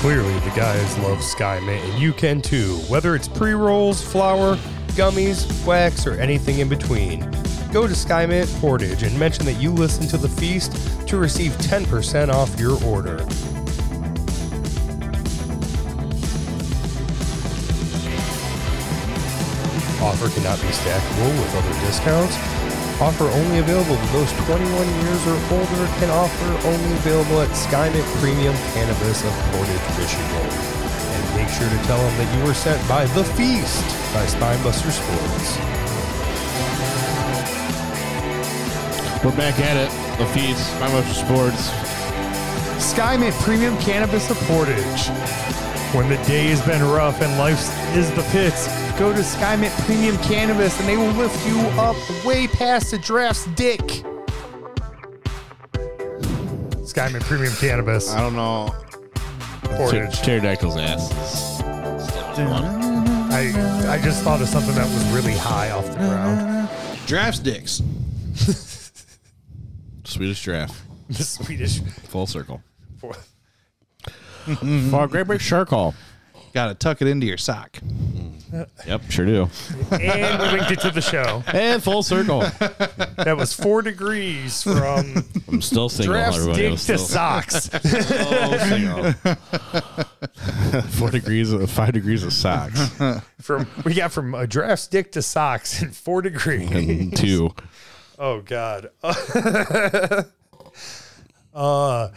B: Clearly, the guys love Skymint, and you can too. Whether it's pre rolls, flour, gummies, wax, or anything in between. Go to Skymint Portage and mention that you listen to the feast to receive 10% off your order. Offer cannot be stackable with other discounts. Offer only available to those 21 years or older. Can offer only available at Skynet Premium Cannabis of Portage, Michigan. And make sure to tell them that you were sent by The Feast by Spinebuster Sports.
A: We're back at it. The feast, my much sports.
B: Skymet Premium Cannabis of Portage. When the day has been rough and life is the pits, go to Skymet Premium Cannabis and they will lift you up way past the draft's dick. Skymet Premium Cannabis,
A: I don't know. Ter-
B: Portage.
A: pterodactyl's ass.
B: I, I just thought of something that was really high off the ground.
D: Drafts dicks.
A: Swedish giraffe.
B: The Swedish.
A: Full circle. For a Mm-hmm. great big shark hall.
D: Gotta tuck it into your sock.
A: Yep, sure do.
B: And we linked it to the show.
A: And full circle.
B: That was four degrees from
A: <laughs> I'm still single,
B: draft's
A: everybody. I'm
B: dick to
A: still
B: socks.
A: single. Four degrees, of, five degrees of socks,
B: <laughs> From we got from a draft's dick to socks in four degrees.
A: and two.
B: Oh God. <laughs> uh,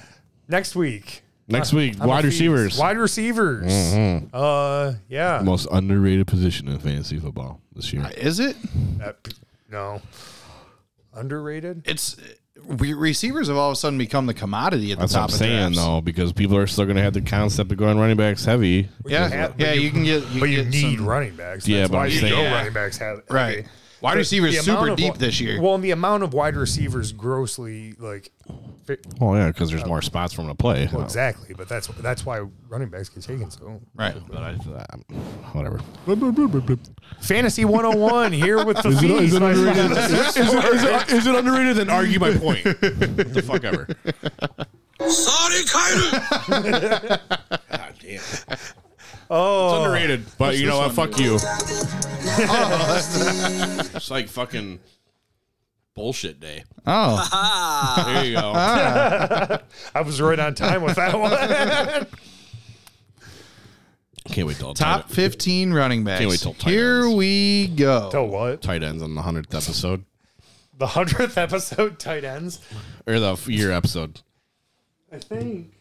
B: next week,
A: Next week,
B: Uh, I'm a
A: wide
B: Fees.
A: receivers. Mm-hmm.
B: Wide receivers. Uh, yeah.
A: Most underrated position in fantasy football this year.
D: Is it?
B: That p- no. Underrated.
D: It's we, receivers have all of a sudden become the commodity at the
A: That's what
D: top
A: I'm
D: of
A: saying,
D: drafts.
A: though, because people are still going to have the concept of going running backs heavy.
D: Yeah,
B: You have-
D: yeah,
B: but
D: you,
B: you-
D: can get, you
B: but
D: can
B: you
D: get
B: need
D: some-
B: running backs.
A: Yeah,
B: That's
A: but
B: why
A: I'm
B: you
A: saying-
B: know
A: Yeah.
B: running backs have
D: Right.
B: okay.
D: Wide
B: The-
D: receivers
B: the amount
D: super
B: of
D: deep
B: wi-
D: this year.
B: Well, and the amount of wide receivers grossly like fi-
A: Oh yeah, because there's more spots for them to play.
B: well, exactly, but that's that's why running backs get taken so.
D: right.
A: But I- I- Whatever.
B: Fantasy 101 here with the fees. my <laughs> friends.
A: Is it underrated? Then argue my <laughs> point. what the fuck ever.
D: <laughs>
A: God damn.
B: Oh,
A: It's underrated, but you know what? Fuck
D: <laughs>
A: you. it's like fucking bullshit day.
D: Oh,
A: There you
D: <laughs>
A: go.
B: I was right on time with that one.
A: Can't wait till
D: top
A: tight,
D: fifteen running backs.
A: Can't wait till tight
D: Here
A: ends.
D: we go.
B: so what?
A: tight ends on the hundredth episode
B: The hundredth episode, tight ends.
A: or the f- year episode.
B: I think.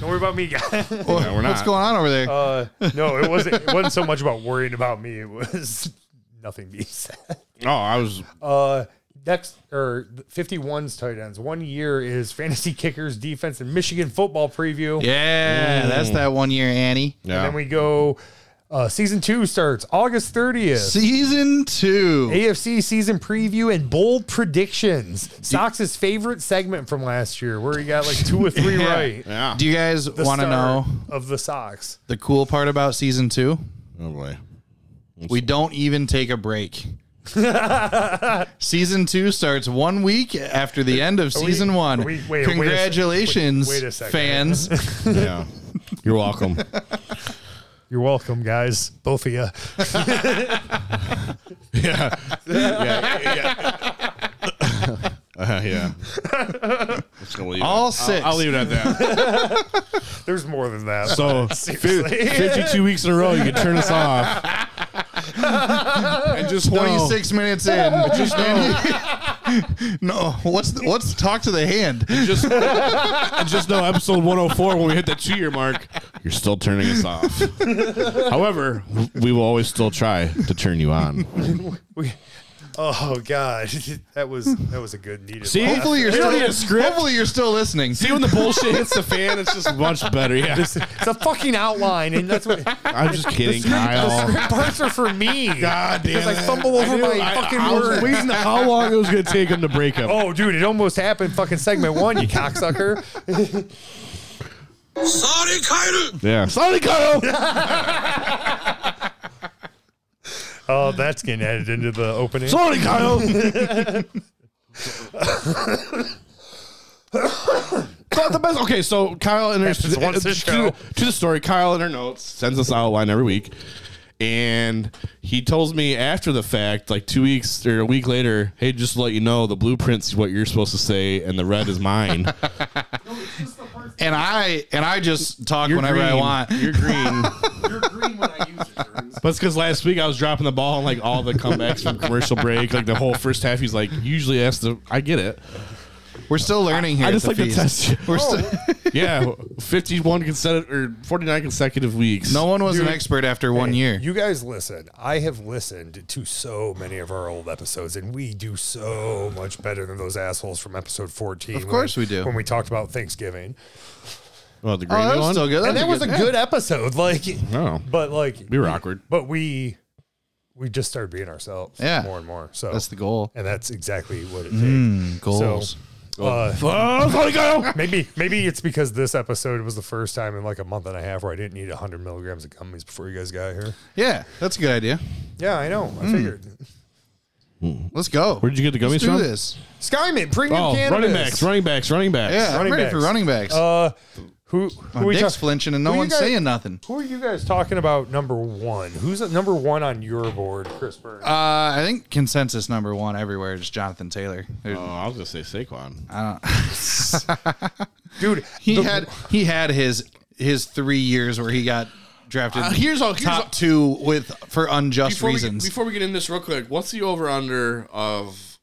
B: Don't worry about me, guys.
D: Wha-
A: Yeah, we're
D: What's
A: not.
D: going on over there?
B: Uh, <laughs> no, it wasn't. It wasn't so much about worrying about me. It was <laughs> nothing being said.
A: Oh, I was
B: Uh, next or 51's tight ends. One year is fantasy kickers, defense, and Michigan football preview.
D: yeah, that's that one year, Annie.
A: yeah.
B: And then we go. Uh, season two starts August thirtieth.
D: Season two.
B: AFC season preview and bold predictions. Sox's favorite segment from last year, where he got like two or three
D: Yeah.
A: <laughs>
B: right.
A: yeah.
D: Do you guys
B: The
D: want to
B: star
D: know
B: of the Sox?
D: the cool part about season two?
A: oh <laughs> boy.
D: We don't even take
B: <laughs>
D: a break. season two starts one week after the end of season one.
B: are we- wait, wait a sec-
D: Congratulations,
B: wait- wait a second. <laughs>
D: fans.
A: Yeah. You're welcome. <laughs>
B: You're welcome, guys. Both of you.
A: yeah. Yeah. Yeah. Uh, yeah. Let's go leave it.
D: All
A: I'll-
D: six.
A: I'll leave it at that.
B: There's more than that.
A: <laughs> So
B: Seriously.
A: fif- 52 weeks in a row, you can turn us <laughs> off. and just
D: Twenty
A: know-
D: six
B: <laughs>
D: minutes in. Just no. What's the, what's talk to the hand?
A: Just, <laughs> and just know episode 104, when we hit that two year mark, you're still turning us off. However, we will always still try to turn you on.
B: We- oh God, <laughs> that was that was a good needed. <laughs>
A: See?
B: laugh.
D: Hopefully you're
A: We don't
D: still
A: need a script.
D: Hopefully you're still listening.
A: See, when the bullshit hits the fan, it's just much better. Yeah.
B: it's a fucking outline, and that's what
A: <laughs> I'm just kidding, Kyle.
B: the parts are for me.
A: <laughs> God damn
B: Because I
A: it.
B: fumble over
A: knew-
B: my fucking
A: I was
B: words.
A: waiting how long it was going to take him to break up.
B: Oh, dude, it almost happened. Fucking segment one, you
A: <laughs>
B: cocksucker.
A: Yeah. Sorry, Kyle.
B: Oh, that's getting added into the opening.
A: Sorry, <laughs> Kyle. Not the best. Okay, so Kyle and her,
B: Happens once a
A: to,
B: show.
A: to the story. Kyle in her notes sends us outline every week, And he tells me after the fact, like two weeks or a week later, hey, just to let you know, the blueprint's what you're supposed to say, and the red is mine. <laughs>
D: And I and I just talk
A: You're
D: whenever I
A: green.
D: want.
A: You're green.
E: You're green when I use it, Jerns.
A: <laughs> But it's because last week I was dropping the ball on like all the comebacks from commercial break, like the whole first half. He's like, usually that's the I get it.
D: We're still learning here.
A: I
D: at
A: just
D: the
A: like to
D: feast.
A: test Oh. you.
D: We're still,
A: Yeah, fifty-one consecutive or forty-nine consecutive weeks.
D: no one was an
F: Dude.
D: expert after one
F: Hey,
D: year.
F: You guys listen. I have listened to so many of our old episodes, and we do so much better than those assholes from episode 14.
D: Of course
F: when-
D: we do.
F: When we talked about Thanksgiving.
A: well, the
D: Oh,
A: green
D: that was
A: one.
D: still good.
F: and that was a
D: yeah.
F: good episode. <laughs> Like,
A: No,
F: but like,
A: we were awkward.
F: but we, we just started being ourselves
D: Yeah.
F: more and more. So
D: That's the goal. Mm.
F: and that's exactly what it takes.
D: Goals.
F: So, uh,
A: Oh, holy <laughs> go!
F: maybe maybe it's because this episode was the first time in like a month and a half where I didn't need 100 milligrams of gummies before you guys got here. Mm.
D: yeah, that's a good idea.
F: Yeah, I know. I figured.
D: Let's go.
A: Where'd you get the gummies
D: Let's do
A: from?
D: this.
F: Skyman premium
A: Oh,
F: cannabis.
A: running backs, running backs, running backs.
D: Yeah,
F: Running
D: I'm ready for
F: backs.
D: running backs.
F: Uh, who who
D: My
F: we
D: dick's
F: talk-
D: flinching and no
F: who you
D: one's
F: guys-
D: saying nothing.
F: Who are you guys talking about? Number one. Who's at number one on your board, Chris Burns?
D: Uh, I think consensus number one everywhere is Jonathan Taylor.
A: Oh, I was gonna say Saquon.
F: <laughs> Dude,
D: He
F: the-
D: had he had his his three years where he got drafted
A: Uh, here's all- here's
D: top
A: all-
D: two with for unjust
A: before
D: reasons.
A: We, before we get into this real quick, what's the over under of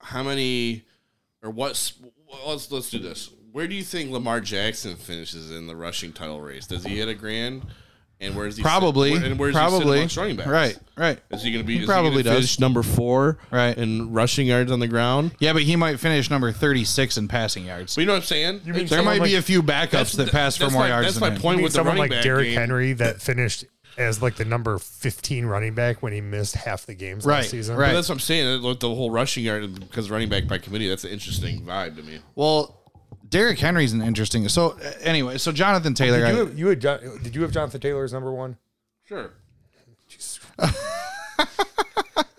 A: how many or what's well, let's let's do this. Where do you think Lamar Jackson finishes in the rushing title race? Does he hit a grand? And where's he sit-
D: probably
A: where- and where's he sit
D: probably
A: amongst running backs?
D: right right
A: Is he going to be? is he
D: probably
A: gonna
D: does.
A: finish number four,
D: Right.
A: in rushing yards on the ground.
D: yeah, but he might finish number thirty six in passing yards.
A: But you know what I'm saying?
F: mean
A: It's-
D: there might
F: someone
D: be a
F: like-
D: few backups that pass for
A: that's
D: more
A: my,
D: yards.
A: That's
D: than
A: my
D: him.
A: point
F: I mean,
A: with the
F: someone
A: running
F: like
A: back
F: Derrick
A: game.
F: Henry that finished as like the number 15 running back when he missed half the games
D: Right,
F: last season.
D: right.
A: But that's what I'm saying. like, The whole rushing yard because running back by committee. That's an interesting vibe to me.
D: Well, Derrick Henry's an interesting. So uh, anyway, so Jonathan Taylor.
F: Did
D: I-
F: you, have, you had John, did you have Jonathan Taylor as number one?
A: Sure.
F: <laughs>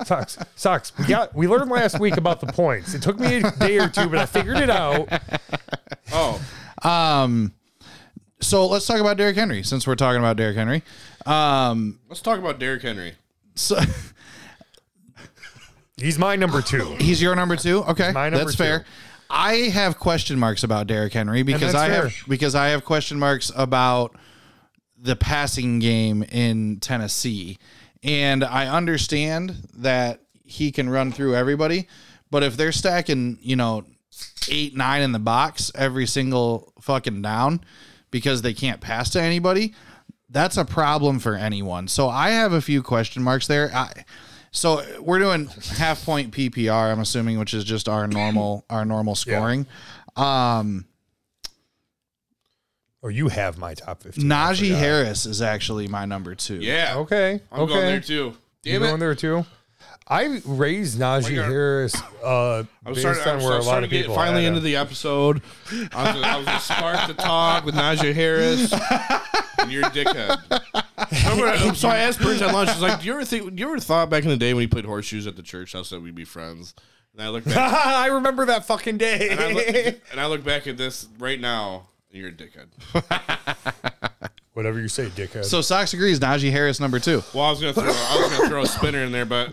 F: Socks, socks. We got. We learned last week about the points. It took me a day or two, but I figured it out.
A: Oh,
D: Um, so let's talk about Derrick Henry since we're talking about Derrick Henry. Um,
A: let's talk about Derrick Henry.
D: so <laughs>
F: He's my number two.
D: he's your number two. Okay,
F: my number
D: that's
F: two.
D: fair. I have question marks about Derrick Henry because
F: that's
D: I have
F: fair.
D: because I have question marks about the passing game in Tennessee, and I understand that he can run through everybody, but if they're stacking, you know, eight nine in the box every single fucking down because they can't pass to anybody, that's a problem for anyone. So I have a few question marks there. I, so we're doing half point PPR, I'm assuming, which is just our normal our normal scoring. Um,
F: Or you have my top fifteen. I
D: Najee
F: forgot.
D: Harris is actually my number two.
A: Yeah.
F: Okay.
A: I'm
F: okay.
A: going there too.
F: You
A: Damn
F: going
A: it.
F: there too? I raised Najee
A: God.
F: Harris uh,
A: I'm
F: based
A: starting,
F: on
A: I'm
F: where a
A: starting
F: lot
A: to
F: of
A: get
F: people
A: finally
F: had
A: into
F: him.
A: the episode. I was, gonna- I was gonna spark the talk with Najee Harris. And you're a dickhead. I'm
F: <laughs>
A: gonna- so I asked Burns at lunch. I was like, "Do you ever think? Do you ever thought back in the day when he played horseshoes at the church house that we'd be friends?" And I look back,
F: <laughs> I remember that fucking
A: and, I
F: day.
A: look, and I look back at this right now, and you're a dickhead.
F: <laughs> Whatever you say, dickhead.
D: So Sox agrees Najee Harris number two.
A: Well, I was gonna throw, I was gonna throw a spinner in there, but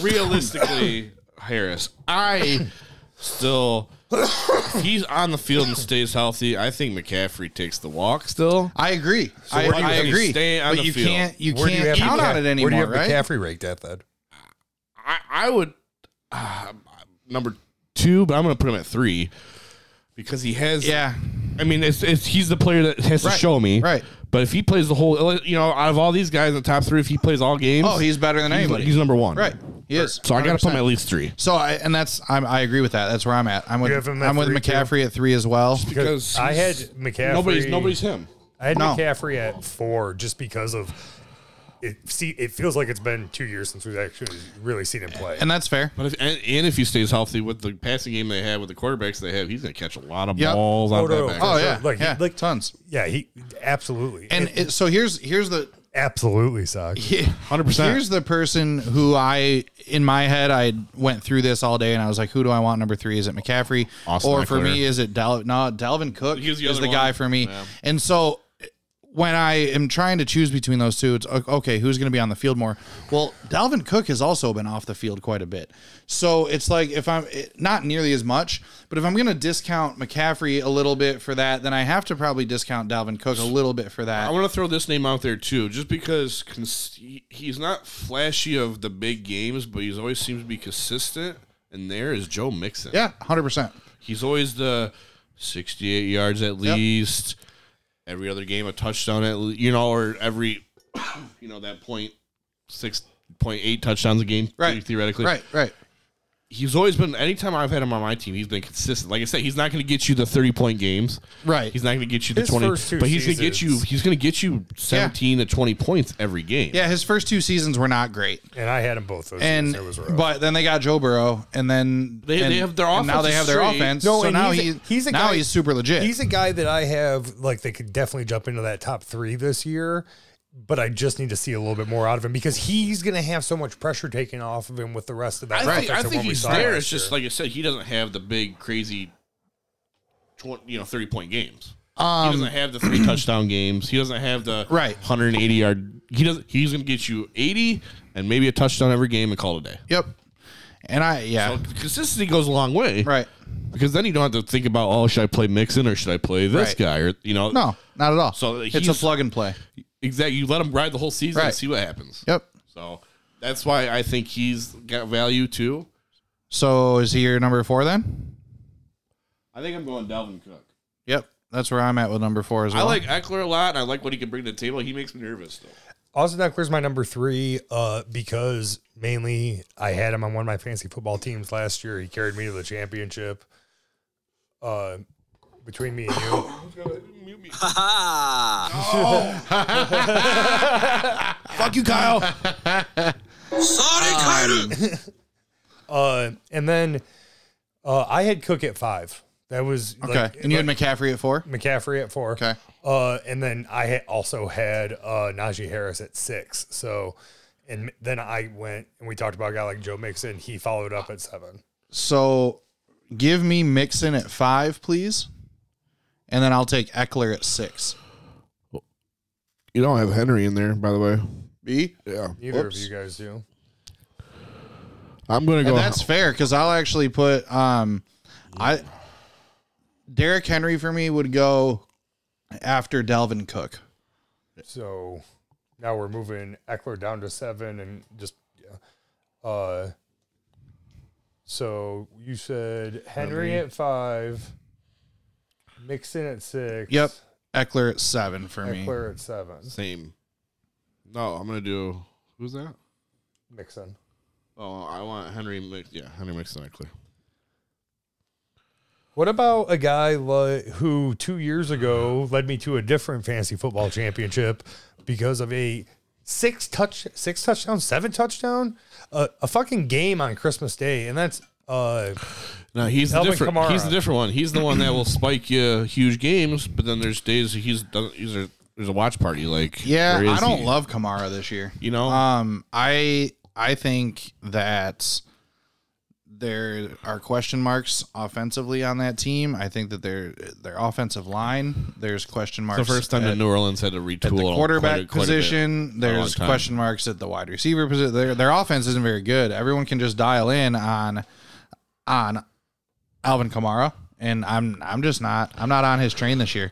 A: realistically, Harris, I still if he's on the field and stays healthy. I think McCaffrey takes the walk still.
D: I agree. I,
A: where do you
D: I
A: think
D: agree.
A: stay on
D: But
A: the
D: you
A: field?
D: can't you
F: Where do you
D: can't
F: have
D: count on
F: McCaff-
D: it
F: Where do you
D: anymore,
F: have
D: right?
F: McCaffrey raked at then?
A: I, I would uh, number two, but I'm gonna put him at three because he has.
D: Yeah.
A: I mean, it's, it's he's the player that has
D: Right,
A: to show me
D: right.
A: But if he plays the whole, you know, out of all these guys in the top three, if he plays all games,
D: Oh, he's better than
A: he's-
D: anybody.
A: He's number one,
D: right. He is.
A: So I got to put him
D: 100%.
A: at least three.
D: So I and that's I'm, I agree with that. That's where I'm at. I'm with
F: You have him at
D: I'm with
F: three, too?
D: McCaffrey at three as well.
A: Because
F: I had
A: he's-
F: McCaffrey.
A: Nobody's nobody's him.
F: I had
D: No.
F: McCaffrey at four just because of it. See, it feels like it's been two years since we've actually really seen him play.
D: And that's fair.
A: But if and, and if he stays healthy with the passing game they have, with the quarterbacks they have, he's going to catch a lot of
D: Yep.
A: balls out of
F: Oh,
A: that
F: no,
A: back.
F: no.
D: Oh
F: sure.
D: yeah.
F: Like, he-
D: yeah.
F: like-
D: tons.
F: yeah, he absolutely
D: And it, so here's here's the
F: absolutely sucks.
A: Hundred percent.
D: Here's the person who I, in my head, I went through this all day, and I was like, "Who do I want? Number three is it McCaffrey,
A: Austin
D: or for
A: Eckler.
D: me is it Dal? No, Dalvin Cook
A: He's the
D: is
A: other
D: the guy
A: one.
D: for me."
A: Yeah.
D: And so, when I am trying to choose between those two, it's o- okay, who's going to be on the field more? Well, Dalvin Cook has also been off the field quite a bit. So it's like if I'm it- not nearly as much, but if I'm going to discount McCaffrey a little bit for that, then I have to probably discount Dalvin Cook a little bit for
A: I
D: that.
A: want to throw this name out there too, just because cons- he- he's not flashy of the big games, but he's always seems to be consistent. And there is Joe Mixon.
D: Yeah, 100%.
A: He's always the 68 yards at least. Every other game, a touchdown at le- you know, or every <coughs> you know that point six point eight touchdowns a game,
D: Right.
A: Theoretically,
D: Right, right.
A: He's always been. Anytime I've had him on my team, he's been consistent. Like I said, he's not going to get you the thirty point games.
D: Right.
A: He's not going to get you the
F: His
A: twenty,
F: first two
A: but he's going to get you.
F: seasons.
A: He's going to get you seventeen to twenty points every game.
D: Yeah, his first two seasons were not great.
F: And I had them both those
D: and
F: years. It was rough.
D: but then they got Joe Burrow, and then
A: They-
D: and-
A: they have their
D: and now
A: offense
D: they
A: is
D: have their
A: straight.
D: offense.
F: No,
D: so
F: and
D: now
F: he's a-
D: he's
F: he's a
D: now
F: guy-
D: he's super legit.
F: He's a guy that I have like they could definitely jump into that top three this year, but I just need to see a little bit more out of him because he's going to have so much pressure taken off of him with the rest of
A: I
F: that.
A: think,
F: offense
A: I
F: and
A: think
F: what we
A: he's
F: saw
A: there.
F: last
A: It's just
F: year.
A: like I said, he doesn't have the big crazy, 20, you know, thirty point games.
D: Um,
A: he doesn't have the
F: <clears throat>
A: three touchdown games. He doesn't have the
D: Right.
A: 180 yard. He doesn't. He's going to get you 80 and maybe a touchdown every game and call it a day.
D: yep. And I yeah
A: So consistency goes a long way,
D: right
A: Because then you don't have to think about oh, should I play Mixon or should I play this
D: Right.
A: guy or you know
D: no not at all.
A: So
D: it's a
A: he's-
D: plug and play.
A: exactly. You let him ride the whole season
D: Right.
A: and see what happens.
D: Yep.
A: So that's why I think he's got value too.
D: So is he your number four then?
A: I think I'm going Dalvin Cook.
D: Yep, that's where I'm at with number four as
A: I
D: well.
A: like Eckler a lot, and I like what he can bring to the table. He makes me nervous though.
F: Austin Eckler's my number three uh, because mainly I had him on one of my fantasy football teams last year. He carried me to the championship. Uh, between me and you,
A: Fuck you, Kyle.
F: uh, and then uh, I had Cook at five. That was
D: okay, and you had McCaffrey at four.
F: McCaffrey at four.
D: Okay.
F: Uh, and then I ha- also had uh, Najee Harris at six. So, and then I went and we talked about a guy like Joe Mixon. He followed up at seven.
D: So give me Mixon at five, please, and then I'll take Eckler at six.
A: You don't have Henry in there, by the way.
D: B.
A: Yeah,
F: Neither of you guys do.
A: I'm going to go.
D: And that's fair because I'll actually put um, I Derrick Henry for me would go after Delvin Cook.
F: So now we're moving Eckler down to seven and just, yeah. Uh, so you said Henry, at five, Mixon at six.
D: Yep, Eckler at seven for me.
F: Eckler at seven.
A: same. No, I'm going to do. Who's that?
F: Mixon.
A: Oh, I want Henry. Mix, yeah, Henry Mixon Eckler.
F: What about a guy li- who two years ago led me to a different fantasy football championship because of a six touch, six touchdown, seven touchdown, uh, a fucking game on Christmas Day, and that's uh,
A: No, he's the
F: Elvin
A: different.
F: Kamara.
A: He's the different one. He's the one that will spike you huge games, but then there's days he's done. He's a, there's a watch party like.
D: Yeah,
A: where is
D: I don't
A: he?
D: love Kamara this year.
A: You know,
D: Um, I I think that there are question marks offensively on that team. I think that their their offensive line there's question marks.
A: the first time
D: at-
A: that New Orleans had to retool
D: at the
A: quite a-
D: quarterback
A: quite a bit.
D: position.
A: a long
D: There's
A: time.
D: question marks at the wide receiver position. Their, their offense isn't very good. Everyone can just dial in on on Alvin Kamara, and I'm I'm just not I'm not on his train this year.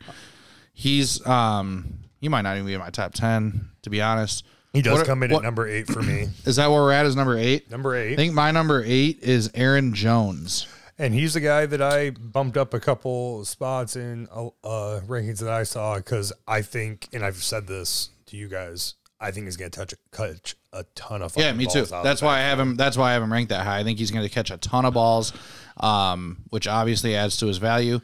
D: He's um he might not even be in my top ten to be honest.
F: he does
D: What-
F: come in
D: what-
F: at number eight for me.
D: Is that where we're at? Is number eight?
F: <clears throat> Number
D: I
F: eight,
D: think my number eight is Aaron Jones.
F: and he's the guy that I bumped up a couple spots in uh, uh, rankings that I saw because I think, and I've said this to you guys, I think he's gonna touch catch a ton of
D: Yeah,
F: fucking
D: me too.
F: balls out of
D: That's why I have him. That's why I have him ranked that high. I think he's going to catch a ton of balls, um, which obviously adds to his value.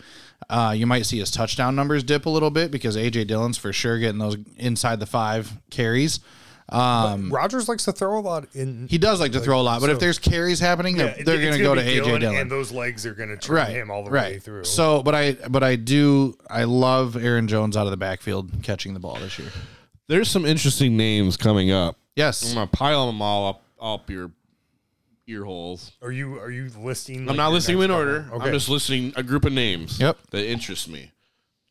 D: Uh, you might see his touchdown numbers dip a little bit because AJ Dillon's for sure getting those inside the five carries.
F: Rogers likes to throw a lot in.
D: He does like to throw a lot, but if there's carries happening, they're,
F: Yeah,
D: they're
F: it's
D: going to go to
F: gonna be
D: AJ
F: Dillon,
D: Dillon.
F: and those legs are going to turn
D: right,
F: him all the
D: right.
F: way through.
D: So, but I, but I do, I love Aaron Jones out of the backfield catching the ball this year.
A: There's some interesting names coming up.
D: Yes,
F: Mm.
A: I'm gonna pile them all up up your ear holes.
F: are you are you listing?
A: I'm
F: like,
A: not
F: your
A: listing them
F: next
A: in
F: couple?
A: order.
F: Okay.
A: I'm just listing a group of names.
D: Yep.
A: That interest me.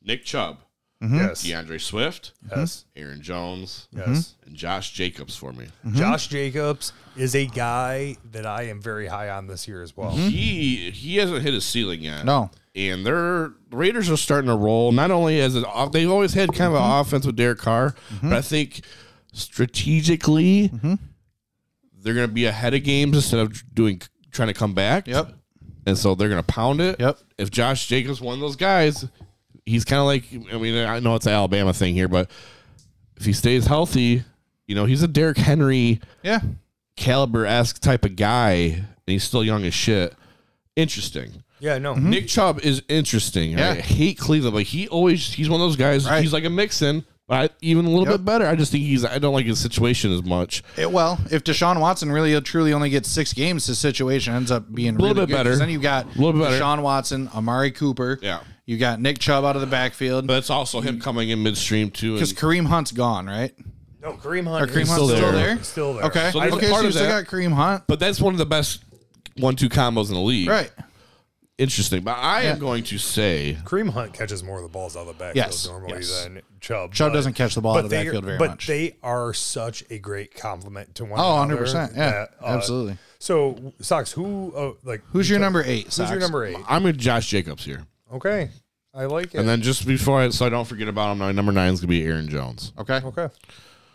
A: Nick Chubb,
D: Mm-hmm.
F: Yes.
A: DeAndre Swift,
F: Yes.
A: Aaron Jones,
F: Yes.
A: and Josh Jacobs for me.
D: Mm-hmm.
F: Josh Jacobs is a guy that I am very high on this year as well.
D: Mm-hmm.
A: He he hasn't hit his ceiling yet.
D: No.
A: And they're the Raiders are starting to roll. Not only as an off, they've always had kind of an
D: Mm-hmm.
A: offense with Derek Carr, but I think strategically
D: Mm-hmm.
A: they're going to be ahead of games instead of doing trying to come back.
D: Yep.
A: And so they're going to pound it.
D: Yep.
A: If Josh Jacobs one of those guys, he's kind of like I mean I know it's an Alabama thing here, but if he stays healthy, you know he's a Derrick Henry
D: Yeah.
A: caliber esque type of guy, and he's still young as shit. Interesting.
F: Yeah, no.
D: Mm-hmm.
A: Nick Chubb is interesting.
D: Yeah.
A: I hate Cleveland, but he always he's one of those guys.
D: Right.
A: He's like a Mixon, but I, even a little
D: Yep.
A: bit better. I just think he's. I don't like his situation as much.
D: It- well, if Deshaun Watson really truly only gets six games, his situation ends up being a
A: Little bit better.
D: Then you got
A: Little bit better.
D: Deshaun Watson, Amari Cooper.
A: Yeah.
D: You got Nick Chubb out of the backfield
A: But it's also him coming in midstream too.
D: because
A: And,
D: Kareem Hunt's gone, right?
F: No, Kareem Hunt.
D: Or Kareem
F: is
D: Hunt's
A: still there.
F: He's Still there.
D: Okay.
A: So there's
D: okay.
A: a part
D: So you
A: of
D: still
A: that.
D: got Kareem Hunt.
A: but that's one of the best one-two combos in the league.
D: Right.
A: Interesting. But I am
D: Yeah.
A: going to say
F: Kareem Hunt catches more of the balls out of the backfield
D: Yes,
F: normally
D: yes.
F: than Chubb.
D: Chubb
F: but-
D: doesn't catch the ball
F: but
D: out of the
F: they-
D: backfield very
F: but
D: much.
F: they are such a great compliment to one
D: Oh,
F: another
D: 100%. Yeah,
F: that, uh,
D: absolutely.
F: So, Sox, who, uh, like,
D: Who's your
F: Chubb-
D: number eight?
F: Who's your
D: Sox?
F: number eight?
A: I'm with Josh Jacobs here.
F: Okay. I like it.
A: And then just before I, so I don't forget about him, my number nine is going to be Aaron Jones.
D: Okay.
F: Okay.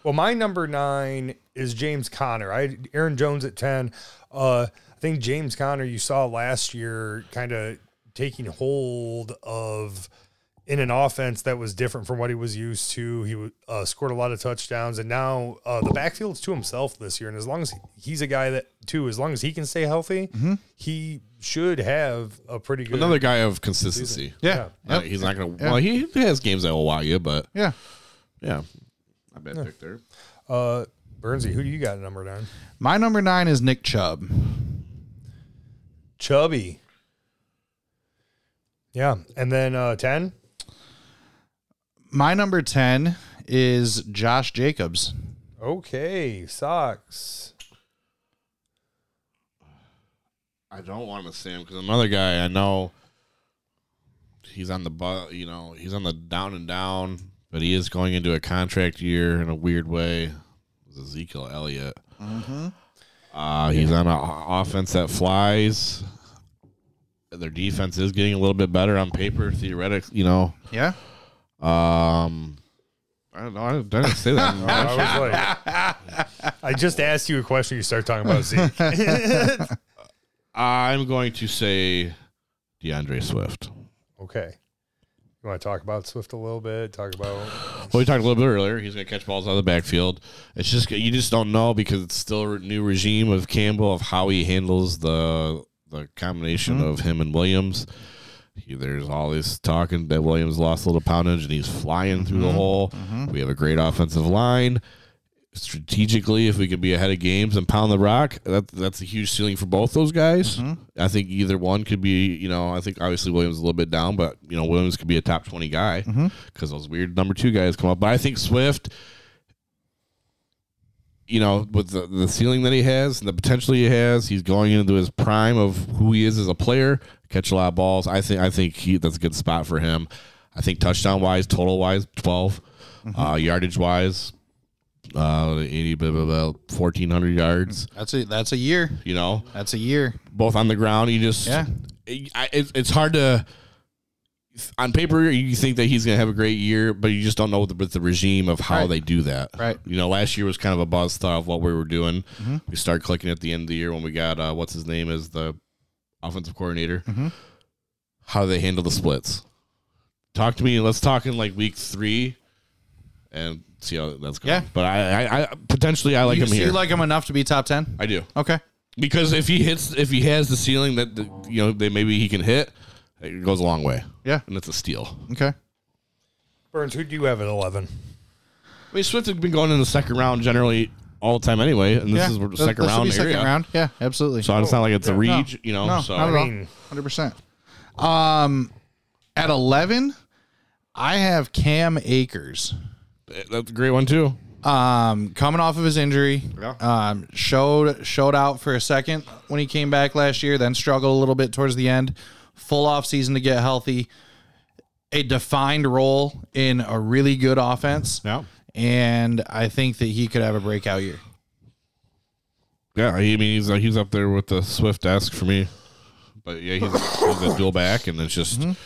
F: Well, my number nine is James Conner. I Aaron Jones at ten. Uh, I think James Conner you saw last year kind of taking hold of in an offense that was different from what he was used to. He uh, scored a lot of touchdowns, and now uh, the backfield's to himself this year. And as long as he's a guy that too, as long as he can stay healthy, he should have a pretty good
A: Another guy of consistency.
D: Yeah.
A: Uh,
D: Yep.
A: he's not going to.
D: Yeah.
A: Well, he has games that will wow you, but
D: Yeah.
A: yeah, I bet pick there.
F: Uh, Bernsey, who do you got at number nine?
D: My number nine is Nick Chubb.
F: Chubby. Yeah. And then uh 10?
D: My number 10 is Josh Jacobs.
F: Okay, socks.
A: I don't want to say him because another guy I know. He's on the bu- you know, he's on the down and down, but he is going into a contract year in a weird way. It's Ezekiel Elliott. Uh, he's on an offense that flies. Their defense is getting a little bit better on paper, theoretically. You know,
D: Yeah.
A: Um, I don't know. I didn't say
F: <laughs>
A: that.
F: I was like <laughs> I just asked you a question, you start talking about Zeke.
A: I'm going to say DeAndre Swift.
F: <laughs> okay. You want to talk about Swift a little bit? Talk about
A: Well, we talked a little bit earlier. He's going to catch balls out of the backfield. It's just you just don't know because it's still a new regime of Campbell of how he handles the the combination of him and Williams. He, there's all this talking that Williams lost a little poundage and he's flying through the hole. We have a great offensive line. Strategically, if we could be ahead of games and pound the rock, that that's a huge ceiling for both those guys. I think either one could be, you know, I think obviously Williams is a little bit down, but you know Williams could be a top twenty guy because those weird number two guys come up. But I think Swift, you know, with the, the ceiling that he has and the potential he has, he's going into his prime of who he is as a player. Catch a lot of balls. I think I think he, that's a good spot for him. I think touchdown wise, total wise, 12 uh, yardage wise, uh, eighty, blah, blah, blah, fourteen hundred yards.
D: That's a that's a year.
A: You know,
D: That's a year.
A: both on the ground. You just
D: Yeah.
A: it, I, it, it's hard to on paper you think that he's going to have a great year, but you just don't know the, with the regime of how
D: Right.
A: they do that.
D: Right. Mm-hmm.
A: You know, last year was kind of a buzz thought of what we were doing. We started clicking at the end of the year when we got uh, what's his name as the offensive coordinator.
D: Mm-hmm.
A: How they handle the splits. Talk to me. Let's talk in like week three. And see how that's going.
D: Yeah.
A: But I, I, I potentially I like
D: you,
A: him
D: so
A: here.
D: you like him enough to be top ten?
A: I do
D: Okay.
A: because if he hits, if he has the ceiling that the, you know they maybe he can hit, it goes a long way,
D: Yeah.
A: and it's a steal.
D: Okay.
F: <laughs> Burns, who do you have at eleven?
A: I mean, Swift has been going in the second round generally all the time anyway, and this
D: yeah.
A: is the
D: Th-
A: second
D: this would
A: round
D: be second
A: area.
D: round. Yeah, absolutely.
A: So it's not like it's a
D: No.
A: reach, you know.
D: No,
A: so
D: not at all.
F: I mean-
D: 100%. Um, at 11, I have Cam Akers.
A: that's a great one too.
D: Um, coming off of his injury,
A: Yeah.
D: um, showed showed out for a second when he came back last year, then struggled a little bit towards the end. Full off season to get healthy. a defined role in a really good offense.
A: Yeah.
D: And I think that he could have a breakout year.
A: Yeah, I mean he's uh, he's up there with the Swift esque for me, but yeah, he's, he's a dual back, and it's
D: Mm-hmm.
A: just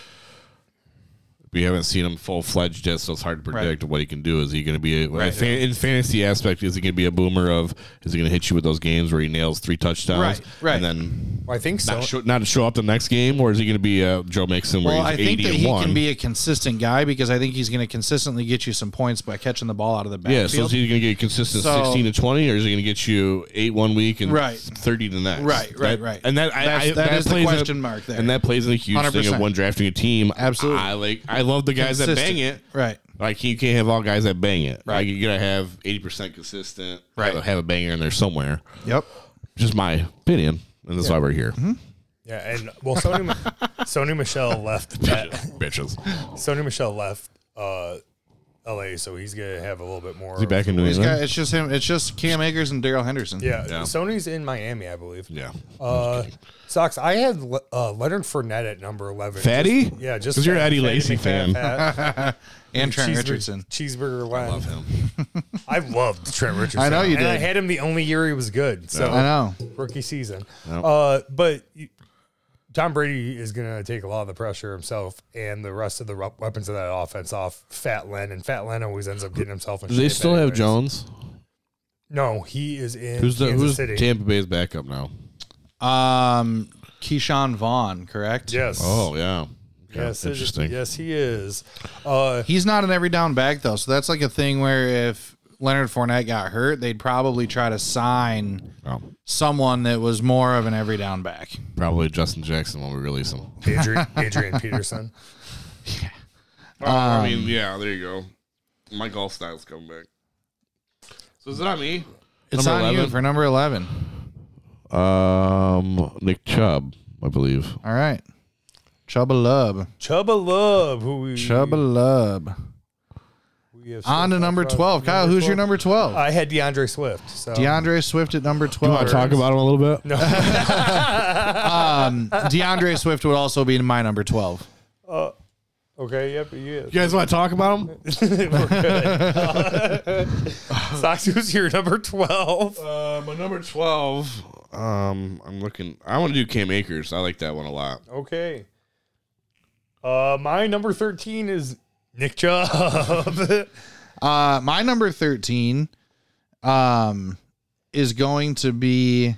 A: we haven't seen him full fledged yet, so it's hard to predict what he can do. Is he going to be a,
D: Right.
A: fa- in fantasy aspect? Is he going to be a boomer of? Is he going to hit you with those games where he nails three touchdowns,
D: Right, right.
A: and then
F: I think so.
A: not show, not show up the next game, or is he going to be uh, Joe Mixon where
D: Well,
A: he's
D: I think
A: eighty
D: that
A: and
D: he
A: one?
D: can be a consistent guy because I think he's going to consistently get you some points by catching the ball out of the
A: yeah,
D: backfield.
A: so is he going to get consistent
D: So-
A: sixteen to twenty, or is he going to get you eight one week and
D: Right.
A: thirty the next?
D: Right, right,
A: That-
D: right.
A: And that I, I,
D: That's- that is the
A: plays a-
D: question mark there.
A: and that plays in a huge thing of
D: 100%.
A: one drafting a team.
D: Absolutely.
A: I like I love the guys that
D: Consistent.
A: bang it.
D: Right.
A: Like you can't have all guys that bang it. Right,
D: Right.
A: like, you gotta have eighty percent consistent.
D: Right.
A: gotta have a banger in there somewhere.
D: Yep.
A: Just my opinion, and that's why we're here.
D: Mm-hmm.
F: Yeah, and well, Sony, Mi- Sony Michelle
A: <laughs>
F: left. That,
A: Bitches.
F: Sony Michelle left uh, L.A., so he's gonna have a little bit more.
A: Is he back in New
D: He's got,
A: England?
D: it's just him. It's just Cam Akers and Daryl Henderson.
F: Yeah,
A: Yeah.
F: Sony's in Miami, I believe.
A: Yeah.
F: Uh, Sox. I had Le- uh, Leonard Fournette at number eleven.
A: Fatty?
F: Just- yeah, just
A: 'Cause you're
F: Fatty-
A: Eddie
F: Fatty
A: Lacy fan.
F: McFat Pat.
D: And Trent
F: Cheeseburger-
D: Richardson.
F: Cheeseburger line. I love
A: him.
F: <laughs> I loved Trent Richardson.
D: I know you
F: and I
D: did.
F: had him the only year he was good. So
D: I know.
F: rookie season. Uh, but you, Tom Brady is going to take a lot of the pressure himself and the rest of the rep- weapons of that offense off Fat Len, and Fat Len always ends up getting himself. In
A: Do they
F: shape
A: still have
F: anyways.
A: Jones?
F: No, he is in
A: Who's the
F: Kansas
A: who's
F: City.
A: Tampa Bay's backup now?
D: Um, Keyshawn Vaughn, correct?
F: yes.
A: Oh yeah. Okay,
F: yes, it-
A: interesting.
F: yes, he is. Uh,
D: He's not an every down back though, so that's like a thing where if Leonard Fournette got hurt, they'd probably try to sign
A: Oh,
D: someone that was more of an every down back.
A: probably Justin Jackson when we release him.
F: Adrian, Adrian Peterson.
A: I mean, yeah, there you go. Mike Allstyle's coming back. So is it on me?
D: It's
A: Number
D: on you
A: 11.
D: for number eleven.
A: Um, Nick Chubb, I believe.
D: All right, Chubba Lub,
F: Chubba Love, who we,
D: Chubba Lub.
F: we have
D: On to
F: so
D: number
F: far-
D: twelve, Kyle. Who's your
F: 12?
D: number twelve?
F: I had DeAndre Swift.
A: <laughs>
F: So
D: DeAndre Swift at number twelve.
A: about him a little bit? No.
D: Um, <laughs> DeAndre Swift would also be in my number twelve.
F: okay, yep, he is.
A: You guys want to talk about him?
F: <laughs> Sox, who's your number twelve?
A: Uh, my number twelve. Um, I'm looking. I want to do Cam Akers. I like that one a lot.
F: Okay. Uh, my number thirteen is Nick Chubb. <laughs>
D: Uh, my number 13 um, is going to be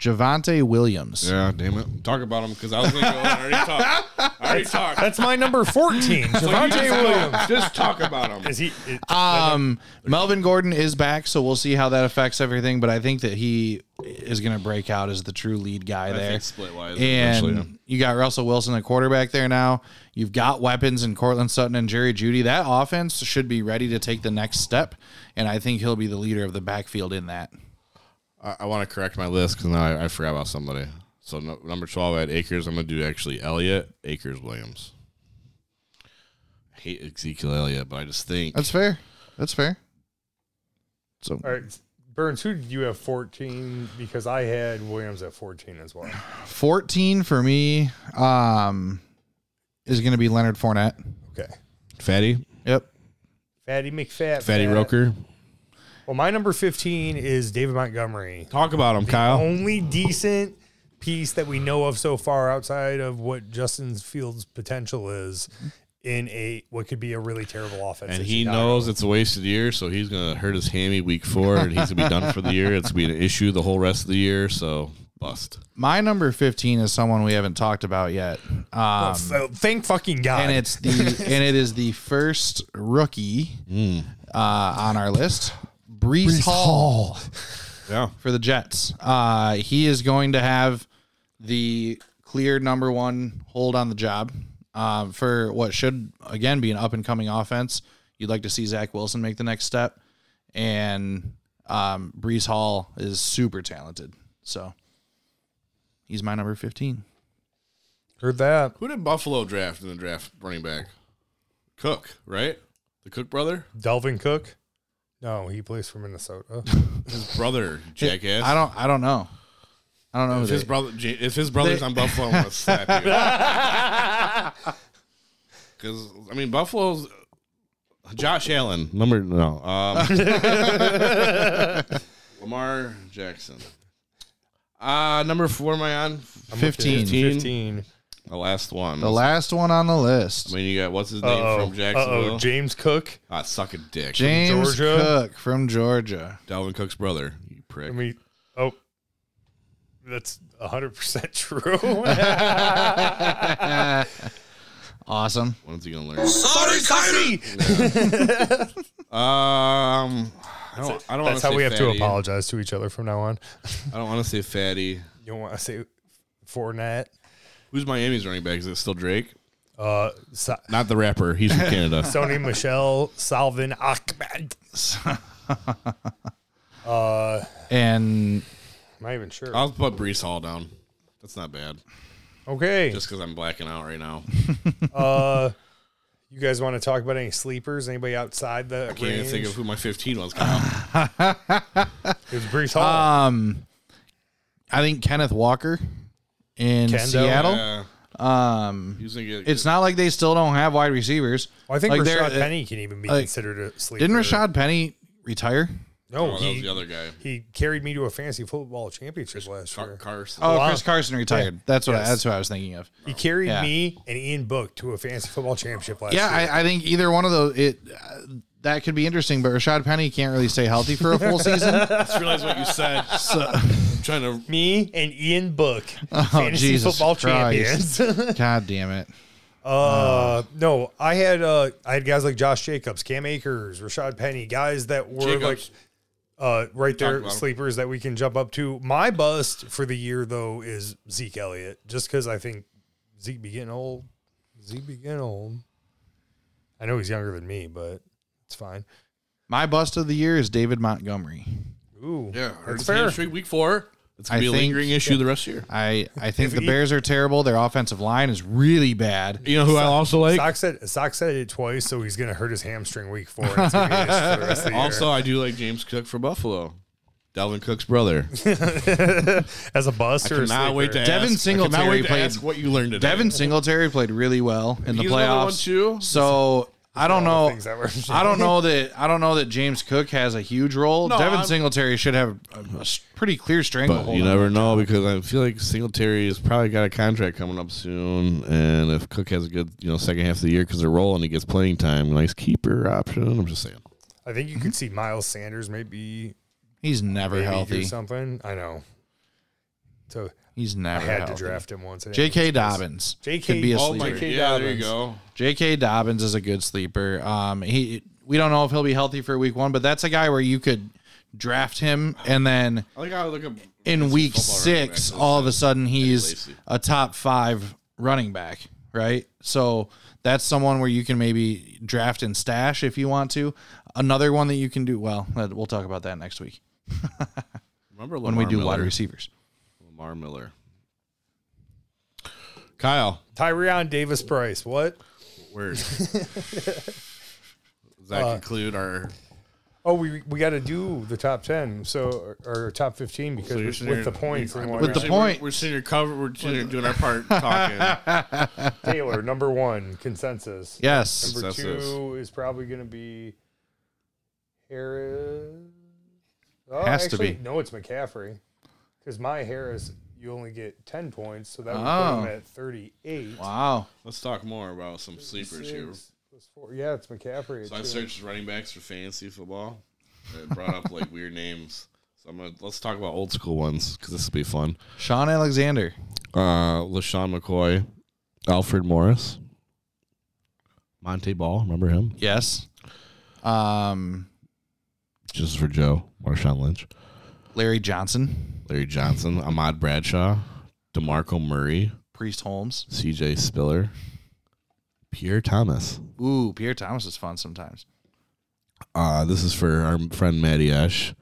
D: Javante Williams.
A: Yeah, damn it. Talk about him because I was going to go. I already talked. I <laughs> already talked.
F: That's my number fourteen,
A: Like, you
F: Javante
A: just-
F: Williams. Uh,
A: Just talk about him.
F: Is he? Is,
D: Um, Melvin Gordon is back, so we'll see how that affects everything. But I think that he is going to break out as the true lead guy there.
A: split wise.
D: And you got Russell Wilson, a quarterback there now. You've got weapons in Cortland Sutton and Jerry Judy. That offense should be ready to take the next step, and I think he'll be the leader of the backfield in that.
A: I, I want to correct my list because now I, I forgot about somebody. So no, number twelve at Akers, I'm gonna do actually Elliott Akers Williams. I hate Ezekiel Elliott, but I just think
D: That's fair. That's fair. So
F: all right, Burns. Who did you have fourteen? Because I had Williams at fourteen as well.
D: 14 for me um is going to be Leonard Fournette.
F: Okay.
A: Fatty,
D: Yep.
F: Fatty McFat.
A: Fatty
F: Fat.
A: Roker.
F: Well, my number fifteen is David Montgomery.
A: Talk about him, Kyle.
F: Only decent piece that we know of so far outside of what Justin Fields' potential is in a what could be a really terrible offense.
A: And
F: in
A: he
F: Chicago.
A: knows it's a wasted year, so he's gonna hurt his hammy week four, and he's gonna be done for the year. It's gonna be an issue the whole rest of the year. So bust.
D: My number 15 is someone we haven't talked about yet. Um
F: So thank fucking God.
D: and it's the and it is the first rookie uh on our list. Brees, Hall
A: Yeah.
D: for the Jets. Uh he is going to have the clear number 1 hold on the job. Um, for what should again be an up and coming offense. You'd like to see Zach Wilson make the next step. and um, Brees Hall is super talented. So he's my number 15.
F: Heard that.
A: Who did Buffalo draft in the draft running back? Cook, right? The Cook brother,
F: Delvin Cook? No, he plays
A: <laughs>
F: for Minnesota.
A: his brother, jackass.
D: I don't I don't know. I don't know.
A: If
D: who
A: his
D: they-
A: brother, J- if his brother's
D: They- <laughs>
A: on Buffalo, I'm gonna slap you. Because I mean, Buffalo's Josh Allen number no
D: <laughs>
A: um, Lamar Jackson. Uh number four. Am I on?
D: Fifteen.
F: 15.
A: The last one.
D: The last one on the list.
A: I mean, you got what's his name
F: Uh-oh.
A: from
F: Uh-oh.
A: Jacksonville?
F: James Cook.
A: ah, suck a dick.
D: James
F: Georgia.
D: Cook from Georgia.
A: Dalvin Cook's brother. You prick.
F: I mean, oh, that's 100% <laughs> true.
D: Awesome.
A: When's he gonna learn? Um, Sorry, Kyrie. um, I don't. I don't want to.
F: that's how we have to apologize to each other from now on. <laughs>
A: I don't want to say fatty.
F: You don't want to say Fournette.
A: Who's Miami's running back? Is it still Drake?
F: Uh, Sa-
A: Not the rapper. He's from
D: <laughs>
A: Canada.
F: Sony Michelle, Salvin Ahmed. uh,
D: And
F: I'm not even sure.
A: I'll put Brees Hall down. That's not bad.
F: okay.
A: Just because I'm blacking out right now.
F: Uh, you guys want to talk about any sleepers? Anybody outside the I
A: Can't even think of who my 15 was.
D: <sighs>
A: Kyle.
F: It was Brees
A: Uh,
F: Hall.
D: um I think Kenneth Walker in
F: Kendo?
D: Seattle.
A: Yeah.
D: Um
A: He's gonna get,
D: it's not like they still don't have wide receivers.
F: Well, I think
D: like
A: uh,
D: they're-
F: Rashad Penny can even be
D: like,
F: considered a sleeper.
D: Didn't Rashad Penny retire?
F: No,
A: Oh, that was
F: he,
A: the other guy.
F: he carried me to a fantasy football championship last
A: Car-
F: year.
D: <laughs>
A: Carson.
D: Oh,
F: Wow.
D: Chris Carson retired. That's what I,
F: Yes.
D: that's what I was thinking of.
F: He carried
D: Yeah.
F: me and Ian Book to a fantasy football championship last
D: Yeah,
F: year.
D: I, I think either one of those it uh, that could be interesting, but Rashad Penny can't really stay healthy for a
F: <laughs>
D: full season.
A: I just realized what you
D: <laughs>
A: said. I'm trying to.
F: me and Ian
A: <laughs>
F: Book,
A: Oh,
F: fantasy
D: Jesus
F: football
D: Christ.
F: champions.
D: God damn it.
F: uh, no, I had uh, I had guys like Josh Jacobs, Cam Akers, Rashad Penny, guys that were
A: Jacobs.
F: like uh, right there
A: about him.
F: sleepers that we can jump up to. My bust for the year though is Zeke Elliott, just because I think Zeke be getting old. Zeke be getting old. I know he's younger than me, but it's fine.
D: My bust of the year is David Montgomery.
F: Ooh,
A: Yeah, hurt
F: that's
A: his
F: fair.
A: hamstring week four. It's gonna
D: I
A: be a
D: think-
A: lingering issue the rest of the year.
D: I, I think
F: If
D: the
F: he-
D: Bears are terrible. Their offensive line is really bad.
A: You know who I also like?
F: Sock said Sock said it twice, so he's gonna hurt his hamstring week four. And it's gonna be an issue for
A: <laughs>
F: the rest of the year.
A: Also, I do like James Cook for Buffalo. Dalvin Cook's brother.
F: as a bust or a
A: Cannot wait to
F: sleeper?
D: Devin
A: ask. I
D: Singletary
A: cannot wait to
D: played-
A: ask what you learned today.
D: Devin Singletary played really well in the
A: He's another one,
D: playoffs.
A: too.
D: So I don't
F: All
A: <laughs>
D: know.
F: the things that were-
D: I don't know that I don't know that James Cook has a huge role.
A: No,
D: Devin
A: I'm-
D: Singletary should have a, a s- pretty clear
A: But
D: stranglehold.
A: you
D: on
A: never know because I feel like Singletary has probably got a contract coming up soon, and if Cook has a good you know second half of the year because they're rolling, he gets playing time. Nice keeper option. I'm just saying.
F: <laughs> I think you could see Miles Sanders maybe,
D: He's never
F: maybe do
D: healthy.
F: something. I know. So
D: He's never
F: I had
D: healthy.
F: to draft him once. I didn't
D: J.K. Dobbins.
F: J.K.
D: could be a
F: Oh
D: sleeper.
F: my J.K.
A: Yeah, there you
F: Dobbins.
A: go.
D: J.K. Dobbins is a good sleeper. Um, he we don't know if he'll be healthy for week one, but that's a guy where you could draft him and then
A: I like how I look up
D: in week six, all of a sudden he's
A: Lacy.
D: a top five running back, right? So that's someone where you can maybe draft and stash if you want to. Another one that you can do well. uh, We'll talk about that next week
A: remember
D: when
A: Lamar
D: we do
A: Miller.
D: wide receivers.
A: Lamar Miller. Kyle,
F: Tyreon Davis Price. What?
D: <laughs>
A: word. Does that
F: Uh,
A: conclude our?
F: Oh, we we got to do the top ten, so or, or top fifteen because
A: you're
F: with,
A: sitting
F: with the
A: there-
F: points. and
A: We're
D: With the
F: whatnot.
A: sitting-
D: point.
A: we're sitting here cover. We're sitting here doing our part
F: <laughs>
A: talking.
F: Taylor number one consensus.
D: Yes,
F: Number
A: Consensus.
F: two is probably going to be Harris. Oh,
D: Has to be.
F: No, it's McCaffrey. Because my Harris, you only get 10 points, so that would
D: Oh.
F: put him at 38.
D: wow.
A: Let's talk more about some sleepers here.
F: Six plus four. Yeah, it's McCaffrey. at
A: So I
F: two.
A: searched running backs for fantasy football. and It brought up like weird names. So I'm gonna let's talk about old school ones because this will be fun.
D: Sean Alexander,
A: Uh, Lashawn McCoy, Alfred Morris, Monte Ball. Remember him?
D: yes. Um,
A: Just for Joe. Marshawn Lynch,
D: Larry Johnson,
A: Larry Johnson, Ahmad Bradshaw, Demarco Murray,
D: Priest Holmes.
A: C.J. Spiller, Pierre Thomas.
D: Ooh, Pierre Thomas is fun sometimes.
A: Uh, this is for our friend Matty Esch,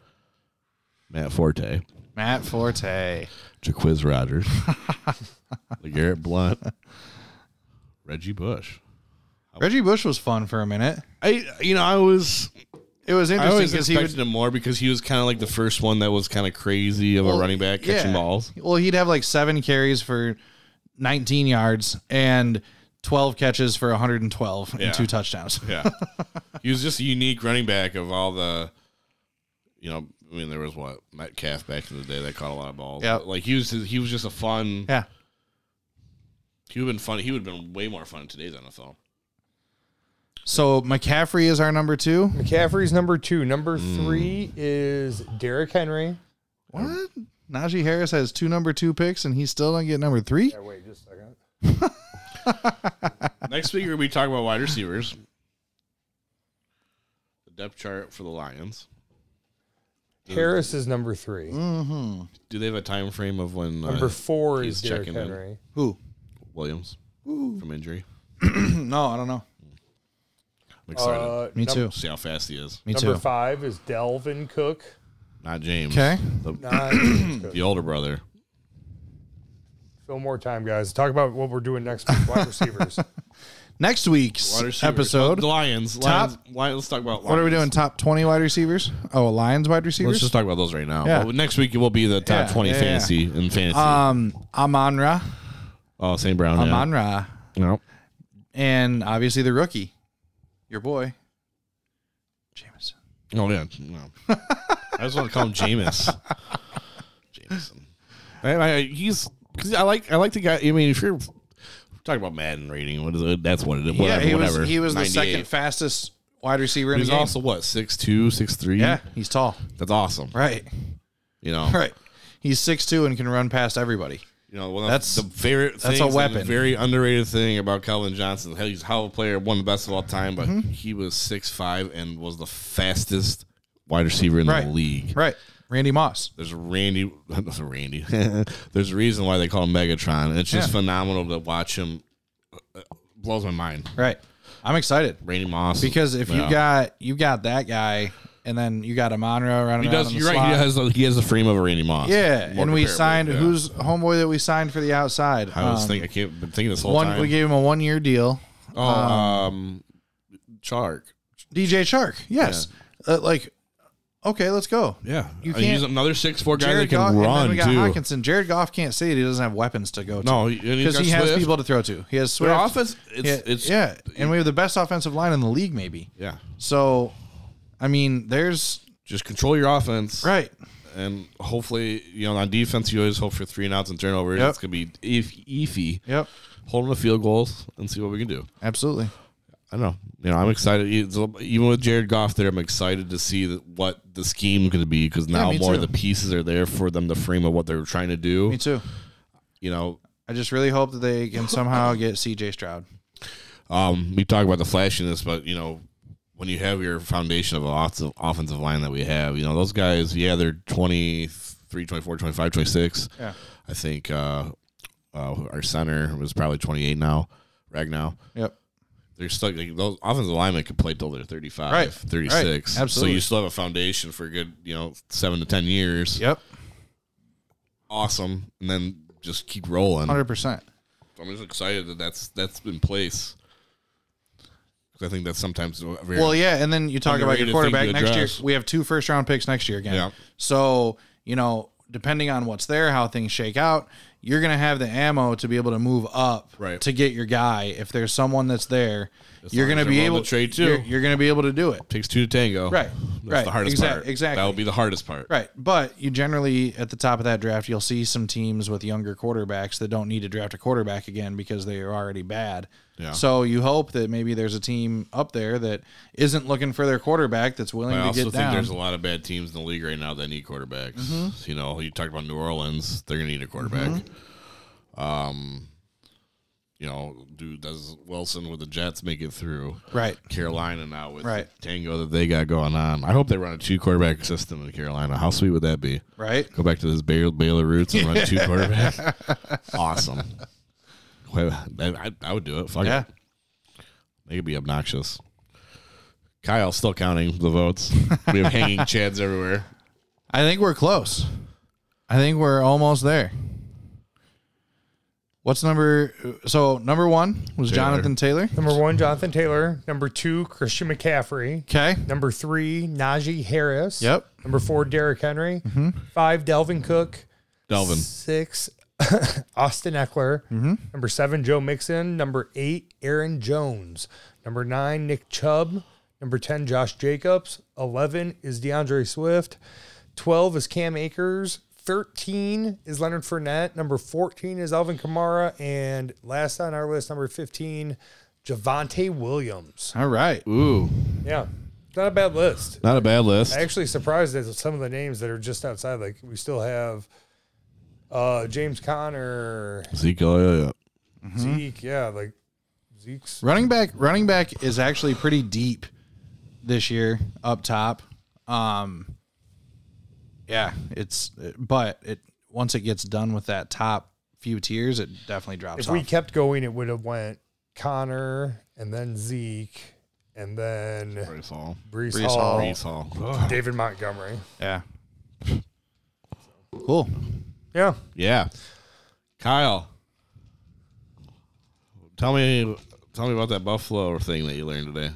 A: Matt Forte,
D: Matt Forte,
A: Jaquiz Rogers, <laughs> LeGarrette Blunt, Reggie Bush.
D: Reggie Bush was fun for a minute.
A: I you know I was
D: It was
A: I
D: interesting
A: always
D: because he
A: expected
D: would
A: him more because he was kind of like the first one that was kind of crazy of a
D: Well,
A: running back catching
D: yeah.
A: balls.
D: Well, he'd have like seven carries for 19 yards, and 12 catches for 112
A: Yeah.
D: and two touchdowns.
A: Yeah. <laughs> he was just a unique running back of all the, you know, I mean, there was what Metcalf back in the day that caught a lot of balls.
D: Yeah.
A: Like he was, he was just a fun.
D: <laughs> Yeah.
A: He would have been fun. He would have been way more fun in today's NFL.
D: So McCaffrey is our number two.
B: McCaffrey's number two. Number three is Derrick Henry.
D: What? Najee Harris has two number two picks and he's still don't get number three.
B: Yeah, wait just a second.
A: Next week we're gonna be talking about wide receivers. The depth chart for the Lions.
B: Harris is number three.
A: Do they have a time frame of when uh,
B: Number four
A: he's
B: is Derrick
A: checking in.
B: Henry.
D: Who?
A: Williams from injury?
D: No, I don't know.
A: I'm excited.
B: Uh,
D: Me
B: num-
D: too.
A: See how fast he is.
D: Me
B: Number
D: too.
B: five is Delvin Cook.
A: Not James.
D: Okay.
A: The,
B: <clears throat> Not James Cook.
A: the older brother.
B: Fill more time, guys. Talk about what we're doing next week. Wide
D: <laughs>
B: receivers.
D: Next week's
A: Wide receiver. Oh,
D: episode.
A: The Lions.
D: Top-
A: Lions. Lions. Let's talk about. Lions.
D: What are we doing? Top 20 wide receivers? Oh, Lions wide
A: Let's
D: receivers?
A: just talk about those right now.
D: Yeah.
A: Well, next week it will be the top
D: Yeah,
A: twenty
D: yeah, yeah.
A: fantasy in fantasy.
D: um, Amon Ra.
A: oh, St. Brown. yeah.
D: Amon Ra.
A: No.
D: And obviously the rookie, your boy, Jameson.
A: Oh yeah.
D: <laughs>
A: No. I just want to call him Jameis. Jameson. I, I, he's. 'cause I like. I like the guy. I mean, if you're talking about Madden rating, what is it? That's what it is. Whatever.
D: yeah, he
A: whatever.
D: was he was the
A: 98.
D: second fastest wide receiver in
A: He's
D: the game.
A: also what six two, six three.
D: yeah, he's tall.
A: that's awesome.
D: Right. <laughs>
A: You know,
D: Right. He's six two and can run past everybody.
A: You know, well, that's
D: That's-
A: the favorite.
D: that's a
A: things and
D: weapon.
A: very underrated thing about Calvin Johnson. Hell, He's a hell of a player, one of the best of all time, but
D: Mm-hmm.
A: he was six five and was the fastest wide receiver in
D: Right.
A: the league.
D: Right. Randy Moss.
A: There's Randy. <laughs> There's Randy. there's a reason why they call him Megatron. and It's just
D: Yeah.
A: phenomenal to watch him. Uh, blows my mind.
D: Right. I'm excited
A: Randy Moss
D: because if
A: Yeah.
D: you got you got that guy and then you got Amonra running
A: he
D: around
A: does.
D: in the
A: You're right. He
D: slot.
A: has the, he has the frame of a Randy Moss.
D: yeah,
A: More
D: and we
A: comparably,
D: signed
A: yeah.
D: who's homeboy that we signed for the outside.
A: I was
D: Um,
A: thinking. I can't been thinking this whole
D: one
A: time.
D: we gave him a one year deal.
A: oh, um, Chark.
D: DJ Shark. Yes. Uh, like okay, let's go.
A: Yeah,
D: You
A: I mean, he's
D: can't-
A: another six four guy that
D: Jared
A: can
D: Goff, and then
A: run
D: we got
A: too.
D: Hawkinson. Jared Goff can't say it. He doesn't have weapons to go to.
A: No, and he's
D: because
A: got
D: he has
A: Swift.
D: people to throw to. He has Swift.
A: Their offense, it's
D: yeah,
A: it's
D: yeah, and we have the best offensive line in the league, maybe.
A: yeah.
D: So, I mean, there's
A: Just control your offense,
D: right.
A: And hopefully, you know, on defense, you always hope for three and outs and turnovers.
D: Yep.
A: It's gonna be if iffy.
D: Yep,
A: Hold them to field goals and see what we can do.
D: absolutely.
A: I don't know. You know, I'm excited. It's a- even with Jared Goff there, I'm excited to see that what the scheme going to be because now
D: me
A: more
D: too.
A: of the pieces are there for them to frame of what they're trying to do.
D: Me too.
A: You know,
D: I just really hope that they
A: <laughs>
D: can somehow get C.J. Stroud.
A: Um, we talk about the flashiness, but you know, when you have your foundation of offensive, offensive line that we have, you know, those guys, yeah, they're 23, 24, 25, 26.
D: Yeah.
A: I think uh, uh, our center was probably 28 now, Ragnow.
D: Yep.
A: They're stuck. Like, those offensive linemen could play till they're 35,
D: Right.
A: 36.
D: Right. Absolutely.
A: So you still have a foundation for a good, you know, seven to 10 years.
D: Yep.
A: Awesome. And then just keep rolling.
D: Hundred percent.
A: I'm just excited that that's, that's in place. 'Cause I think that's sometimes a very
D: Well, yeah, and then you talk about
A: Underrated
D: your
A: thing
D: quarterback
A: to
D: next year.
A: address.
D: We have two first round picks next year again.
A: Yeah.
D: So, you know, depending on what's there, how things shake out, you're going to have the ammo to be able to move up
A: Right.
D: to get your guy. If there's someone that's there, you're
A: long
D: going
A: as they're
D: to be
A: willing
D: able
A: to trade too.
D: You're, going to be able to do it.
A: takes two to tango.
D: Right,
A: That's
D: right,
A: the hardest
D: exact-
A: part.
D: exactly.
A: That will be the hardest part.
D: Right. But you generally at the top of that draft, you'll see some teams with younger quarterbacks that don't need to draft a quarterback again because they are already bad.
A: Yeah.
D: So you hope that maybe there's a team up there that isn't looking for their quarterback that's willing
A: I
D: to
A: also
D: get
A: think
D: down. Mm-hmm.
A: there's a lot of bad teams in the league right now that need quarterbacks. You know, you talked about New Orleans; they're going to need a quarterback. Um,
D: Mm-hmm.
A: you know, dude, does Wilson with the Jets make it through?
D: Right.
A: Carolina now with
D: Right.
A: the Tango that they got going on. I hope they run a two quarterback system in Carolina. How sweet would that be?
D: Right.
A: Go back to this Baylor, Baylor roots and
D: <laughs>
A: run two quarterbacks. awesome. Well, I, I would do it. Fuck
D: Yeah.
A: it. They could be obnoxious. Kyle still counting the votes. We have hanging chads everywhere.
D: I think we're close. I think we're almost there. What's number? So number one was
A: Taylor.
D: Jonathan Taylor.
B: Number one, Jonathan Taylor. Number two, Christian McCaffrey.
D: Okay.
B: Number three, Najee Harris.
D: Yep. Mm-hmm.
B: Number four, Derrick Henry. Five, Delvin Cook.
A: Delvin.
B: Six,
F: <laughs> Austin Eckler. Number seven, Joe Mixon. Number eight, Aaron Jones. Number nine, Nick Chubb. Number 10, Josh Jacobs. 11 is DeAndre Swift. 12 is Cam Akers. 13 is Leonard Fournette. Number 14 is Alvin Kamara. And last on our list, number 15, Javante Williams.
D: All right.
A: Ooh,
F: Yeah, not a bad list.
A: not a bad list.
F: I actually surprised at some of the names that are just outside. Like we still have uh James Conner,
A: Zeke, oh, yeah, yeah.
F: Zeke, yeah, like Zeke's
D: Running back, running back is actually pretty deep this year up top. Um, yeah, it's but it once it gets done with that top few tiers, it definitely drops
F: if
D: off.
F: we kept going, it would have went Connor and then Zeke and then
A: Brees Hall.
F: Brees,
D: Brees
F: Hall,
A: Brees Hall.
F: David Montgomery.
D: yeah. Cool.
F: Yeah.
A: Yeah. Kyle. Tell me tell me about that buffalo thing that you learned today.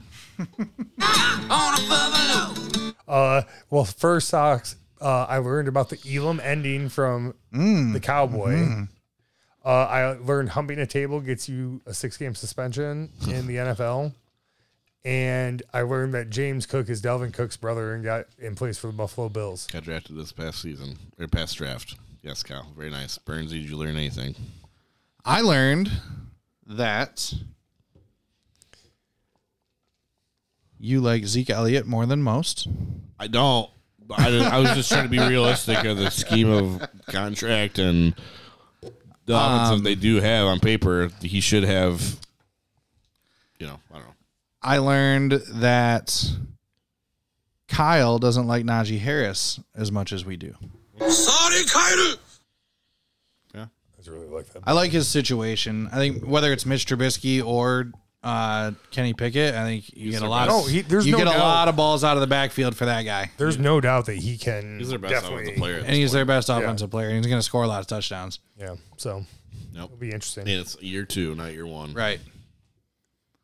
F: Uh well first socks, uh I learned about the Elam ending from the Cowboy. Uh, I learned humping a table gets you a six game suspension in <sighs> the NFL. And I learned that James Cook is Delvin Cook's brother and got in place for the Buffalo Bills.
A: Got drafted this past season or past draft. Yes, Kyle. Very nice. Burns, did you learn anything?
D: I learned that you like Zeke Elliott more than most.
A: I don't. but I, I was just trying to be realistic of the scheme of contract and the offensive they do have on paper. He should have, you know, I don't know.
D: I learned that Kyle doesn't like Najee Harris as much as we do.
F: I really like that.
D: I like his situation. I think whether it's Mitch Trubisky or uh, Kenny Pickett, I think you get a lot. Of,
F: No, he- there's
D: you
F: no
D: get a
F: doubt.
D: lot of balls out of the backfield for that guy,
F: There's no doubt that he can.
A: He's their best
F: definitely,
A: offensive player. at
D: and
A: this
D: he's their best offensive player, and he's going to score a lot of touchdowns.
F: Yeah. So
A: point.
F: it'll
A: Nope.
F: be interesting.
A: And it's year two, not year one.
D: Right.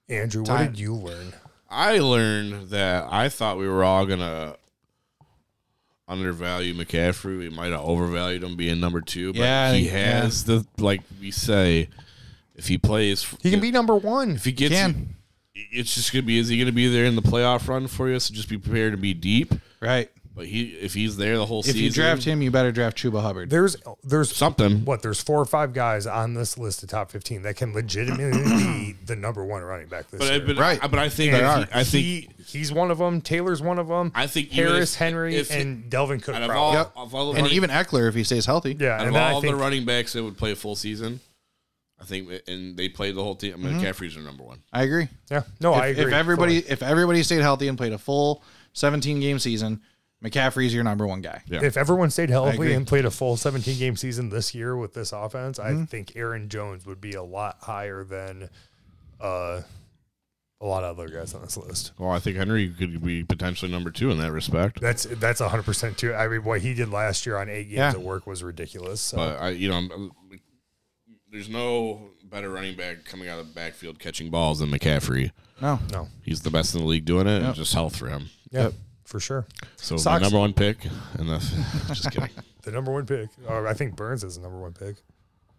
F: Andrew, what
D: Time.
F: did you learn?
A: I learned that I thought we were all gonna undervalue McCaffrey. We might have overvalued him being number two, but
D: Yeah, I
A: he
D: think-
A: has the like we say, if he plays,
F: He can be number one.
A: If he gets,
D: Can.
A: it's just gonna be is he gonna be there in the playoff run for you? So just be prepared to be deep.
D: Right.
A: But he if he's there the whole
D: If
A: season,
D: you draft him, you better draft Chuba Hubbard.
F: There's there's
A: something.
F: what there's four or five guys on this list of top 15 that can
D: <clears throat>
F: legitimately be the number one running back this
A: But, I-
F: year.
A: but,
D: Right.
A: I, but I think
F: And
A: I
F: he-
A: think- I think
F: he, he's one of them. Taylor's one of them.
A: I think even
F: Harris,
A: if-
F: Henry,
A: if-
F: and Delvin Cook.
A: out of
F: probably.
A: all,
D: Yep.
A: of all the
D: and
A: running-
D: even Eckler, if he stays healthy.
F: yeah,
A: out
F: and
A: of
F: then I
A: all the
F: think
A: running backs that would play a full season, I think, and they played the whole team. I mean, McCaffrey's their number one.
D: I agree.
F: yeah, no, Oh, I
D: if,
F: agree.
D: if everybody if everybody stayed healthy and played a full 17 game season, McCaffrey's your number one guy.
A: Yeah.
F: Fully. if everyone stayed healthy
D: agree.
F: and played a full 17 game season this year with this offense,
D: Mm-hmm.
F: I think Aaron Jones would be a lot higher than uh, a lot of other guys on this list.
A: Well, I think Henry could be potentially number two in that respect.
F: That's that's 100% too. I mean, what he did last year on eight games
D: Yeah.
F: at work was ridiculous. So.
A: But I, you know, I'm, I'm- there's no better running back coming out of the backfield catching balls than McCaffrey.
D: No.
A: He's the best in the league doing it. and Just health for him.
F: Yeah, for sure.
A: So my
F: Sox-
A: number one pick, and that's <laughs> just kidding.
F: The number one pick. Or I think Burns is the number one pick.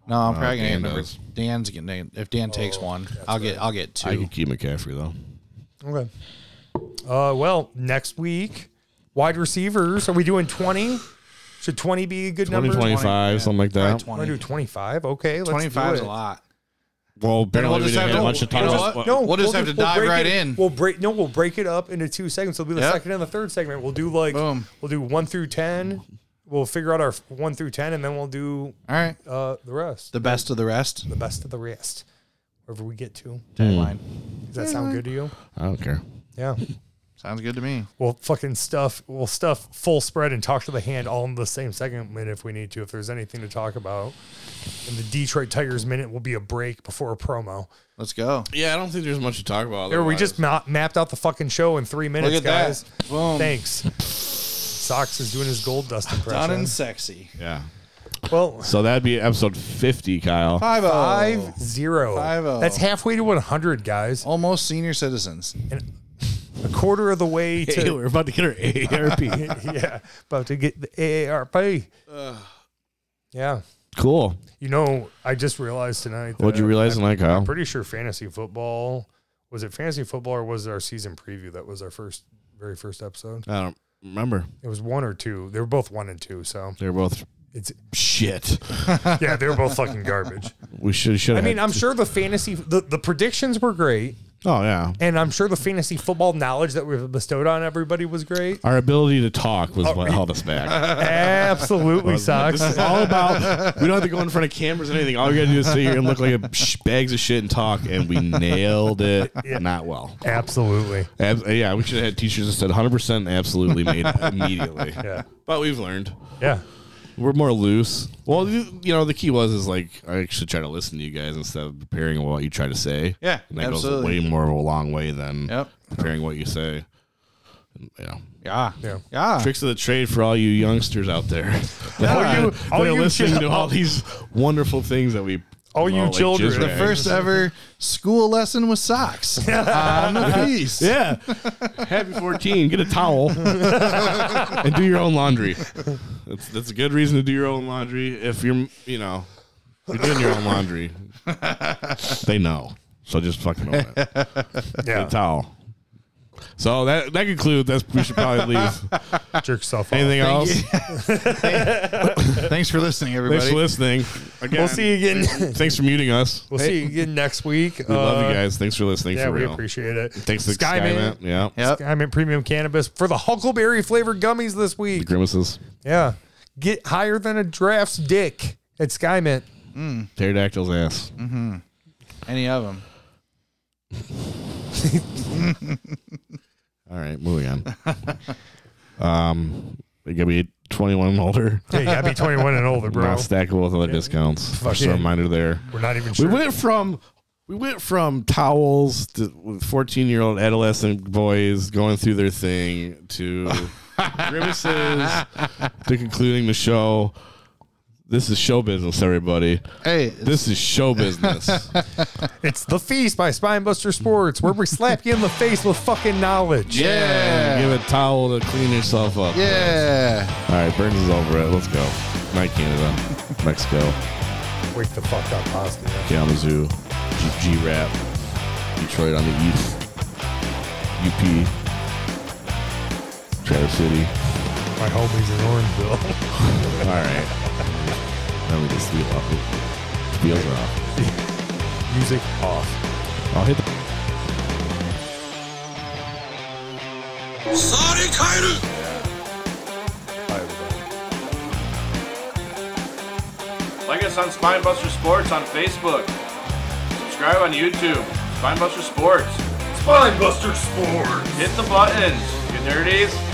D: No, I'm
A: Uh, Dan
D: probably gonna get number.
A: does.
D: Dan's getting if Dan takes
F: Oh,
D: one, I'll get I'll get two.
A: I could keep McCaffrey though.
F: Okay. Uh, well, next week, wide receivers. Are we doing 20? Should 20 be a good number?
A: 2025, something like that.
F: We're going to do 25. Okay. Let's
D: 25 is
F: do
D: a
F: it.
D: lot.
A: Well, barely
D: we'll
A: we
D: just
A: didn't
D: have
A: have
D: to-
A: much to talk
D: you know
A: about.
D: what?
A: Well,
D: We'll just have to dive
F: break
D: right
F: it-
D: in.
F: We'll break no, we'll break it up into two segments. It'll be the
D: Yeah.
F: second and the third segment. We'll do like
D: Boom.
F: we'll do one through ten. We'll figure out our f- one through ten, and then we'll do
D: All right.
F: uh, the rest,
D: The best of the rest.
F: the best of the rest, wherever we get to.
A: Hmm.
D: Tagline.
F: Does that sound good to you?
A: I don't care.
F: Yeah.
D: Sounds good to me.
F: We'll fucking stuff. We'll stuff full spread and talk to the hand all in the same segment if we need to. If there's anything to talk about, and the Detroit Tigers minute will be a break before a promo.
D: Let's go.
A: Yeah, I don't think there's much to talk about.
F: There, we
A: otherwise.
F: just ma- mapped out the fucking show in three minutes,
D: at that.
F: guys.
D: Boom.
F: Thanks. Sox is doing his gold dust
D: Done
F: impression.
D: and sexy.
A: yeah.
F: Well,
A: So that'd be episode 50, Kyle.
D: Five oh.
F: five zero.
D: Five-oh.
F: That's halfway to one hundred, guys.
D: Almost senior citizens.
F: And a
D: Oh.
F: quarter of
D: <laughs>
F: the way
A: <laughs>
F: to.
A: we're about to get our AARP.
F: <laughs> yeah, about to get the AARP. Yeah,
A: Cool.
F: You know, I just realized tonight.
A: What'd you
F: that
A: realize
F: I'm
A: tonight, Kyle?
F: pretty sure fantasy football was it fantasy football or was it our season preview that was our first very first episode?
A: I don't remember.
F: It was one or two. They were both one and two, <laughs> so
A: They're both
F: it's
A: shit.
F: yeah, they were both fucking garbage.
A: We should should.
F: I mean, I'm sure the fantasy the, the predictions were great,
A: Oh yeah.
F: and I'm sure the fantasy football knowledge that we've bestowed on everybody was <laughs> great.
A: Our ability to talk was what held us back.
F: Absolutely sucks.
A: It's all
D: <laughs>
A: about. We don't have to go in front of cameras or anything. All we got to do is sit here and look like a sh- bags of shit and talk, and we nailed it. Not well.
F: Absolutely.
A: Ab- yeah, we should have had t-shirts that said 100% absolutely made
D: <laughs>
A: immediately.
F: Yeah.
A: But we've learned.
F: Yeah.
A: We're more loose. Well, you, you know, the key was is like I actually try to listen to you guys instead of preparing what you try to say.
D: Yeah,
A: and that
D: absolutely.
A: goes way more of a long way than
D: Yep.
A: preparing what you say. And, you know,
D: Yeah.
A: <laughs>
F: Yeah.
D: Yeah.
A: tricks of the trade for all you youngsters out there that,
F: <laughs> All you-
A: that
F: all
A: are
F: you
A: listening
F: chil-
A: to all these wonderful things that we.
F: All you
A: promote,
F: children.
A: jizz
F: The
A: rags.
D: First ever school lesson
A: <laughs>
D: with socks on the piece.
A: Yeah. Happy 14. Get a
F: <laughs>
A: towel and do your own laundry. That's, that's a good reason to do your own laundry if you're, you know, you're doing your own laundry. they know. So just fucking own it. Get a
F: Yeah.
A: towel. So that that concludes. That's we should probably
F: <laughs>
A: leave.
F: Jerk stuff. off.
A: Anything else?
D: Thanks for listening, everybody.
A: Thanks for listening. Again,
F: We'll see you again.
A: Thanks for muting us.
F: <laughs> We'll see you again next week.
A: We love
F: Uh,
A: you guys. Thanks for listening.
F: Yeah,
A: for
F: we
A: real.
F: appreciate it.
A: Thanks to Skyman. Yeah.
D: Yep.
F: Skyman Premium Cannabis for the Huckleberry flavored gummies this
A: The
F: week.
A: grimaces.
F: Yeah. Get higher than a draft's dick at Skymint.
A: Pterodactyl's ass.
D: Any of them.
A: All right, moving on. um, it gotta be 21 and older.
F: <laughs> Yeah, you gotta be 21 and older, bro.
A: Not stackable with other discounts. Just a
F: yeah.
A: reminder there.
F: We're not even sure.
A: We went from we went from towels to 14 year old adolescent boys going through their thing to grimaces to concluding the show. This is show business, everybody.
D: Hey,
A: This is show business.
F: It's The Feast by Spinebuster Sports, where we slap you in the face with fucking knowledge.
D: yeah.
A: Give a towel to clean yourself up.
D: Yeah.
A: All right, Burns is over it. Let's go. Night Canada, Mexico.
F: Wake the fuck up, Austin.
A: Kalamazoo, G Rap, Detroit on the East, UP, Traverse City.
F: My homie's in Orangeville. <laughs>
A: All right. Now we just leave off it. Feels off.
F: Music off.
A: I'll hit the.
G: Like us on Spinebuster Sports on Facebook. Subscribe on YouTube. Spinebuster Sports.
H: Spinebuster Sports.
G: Hit the buttons, you nerdies.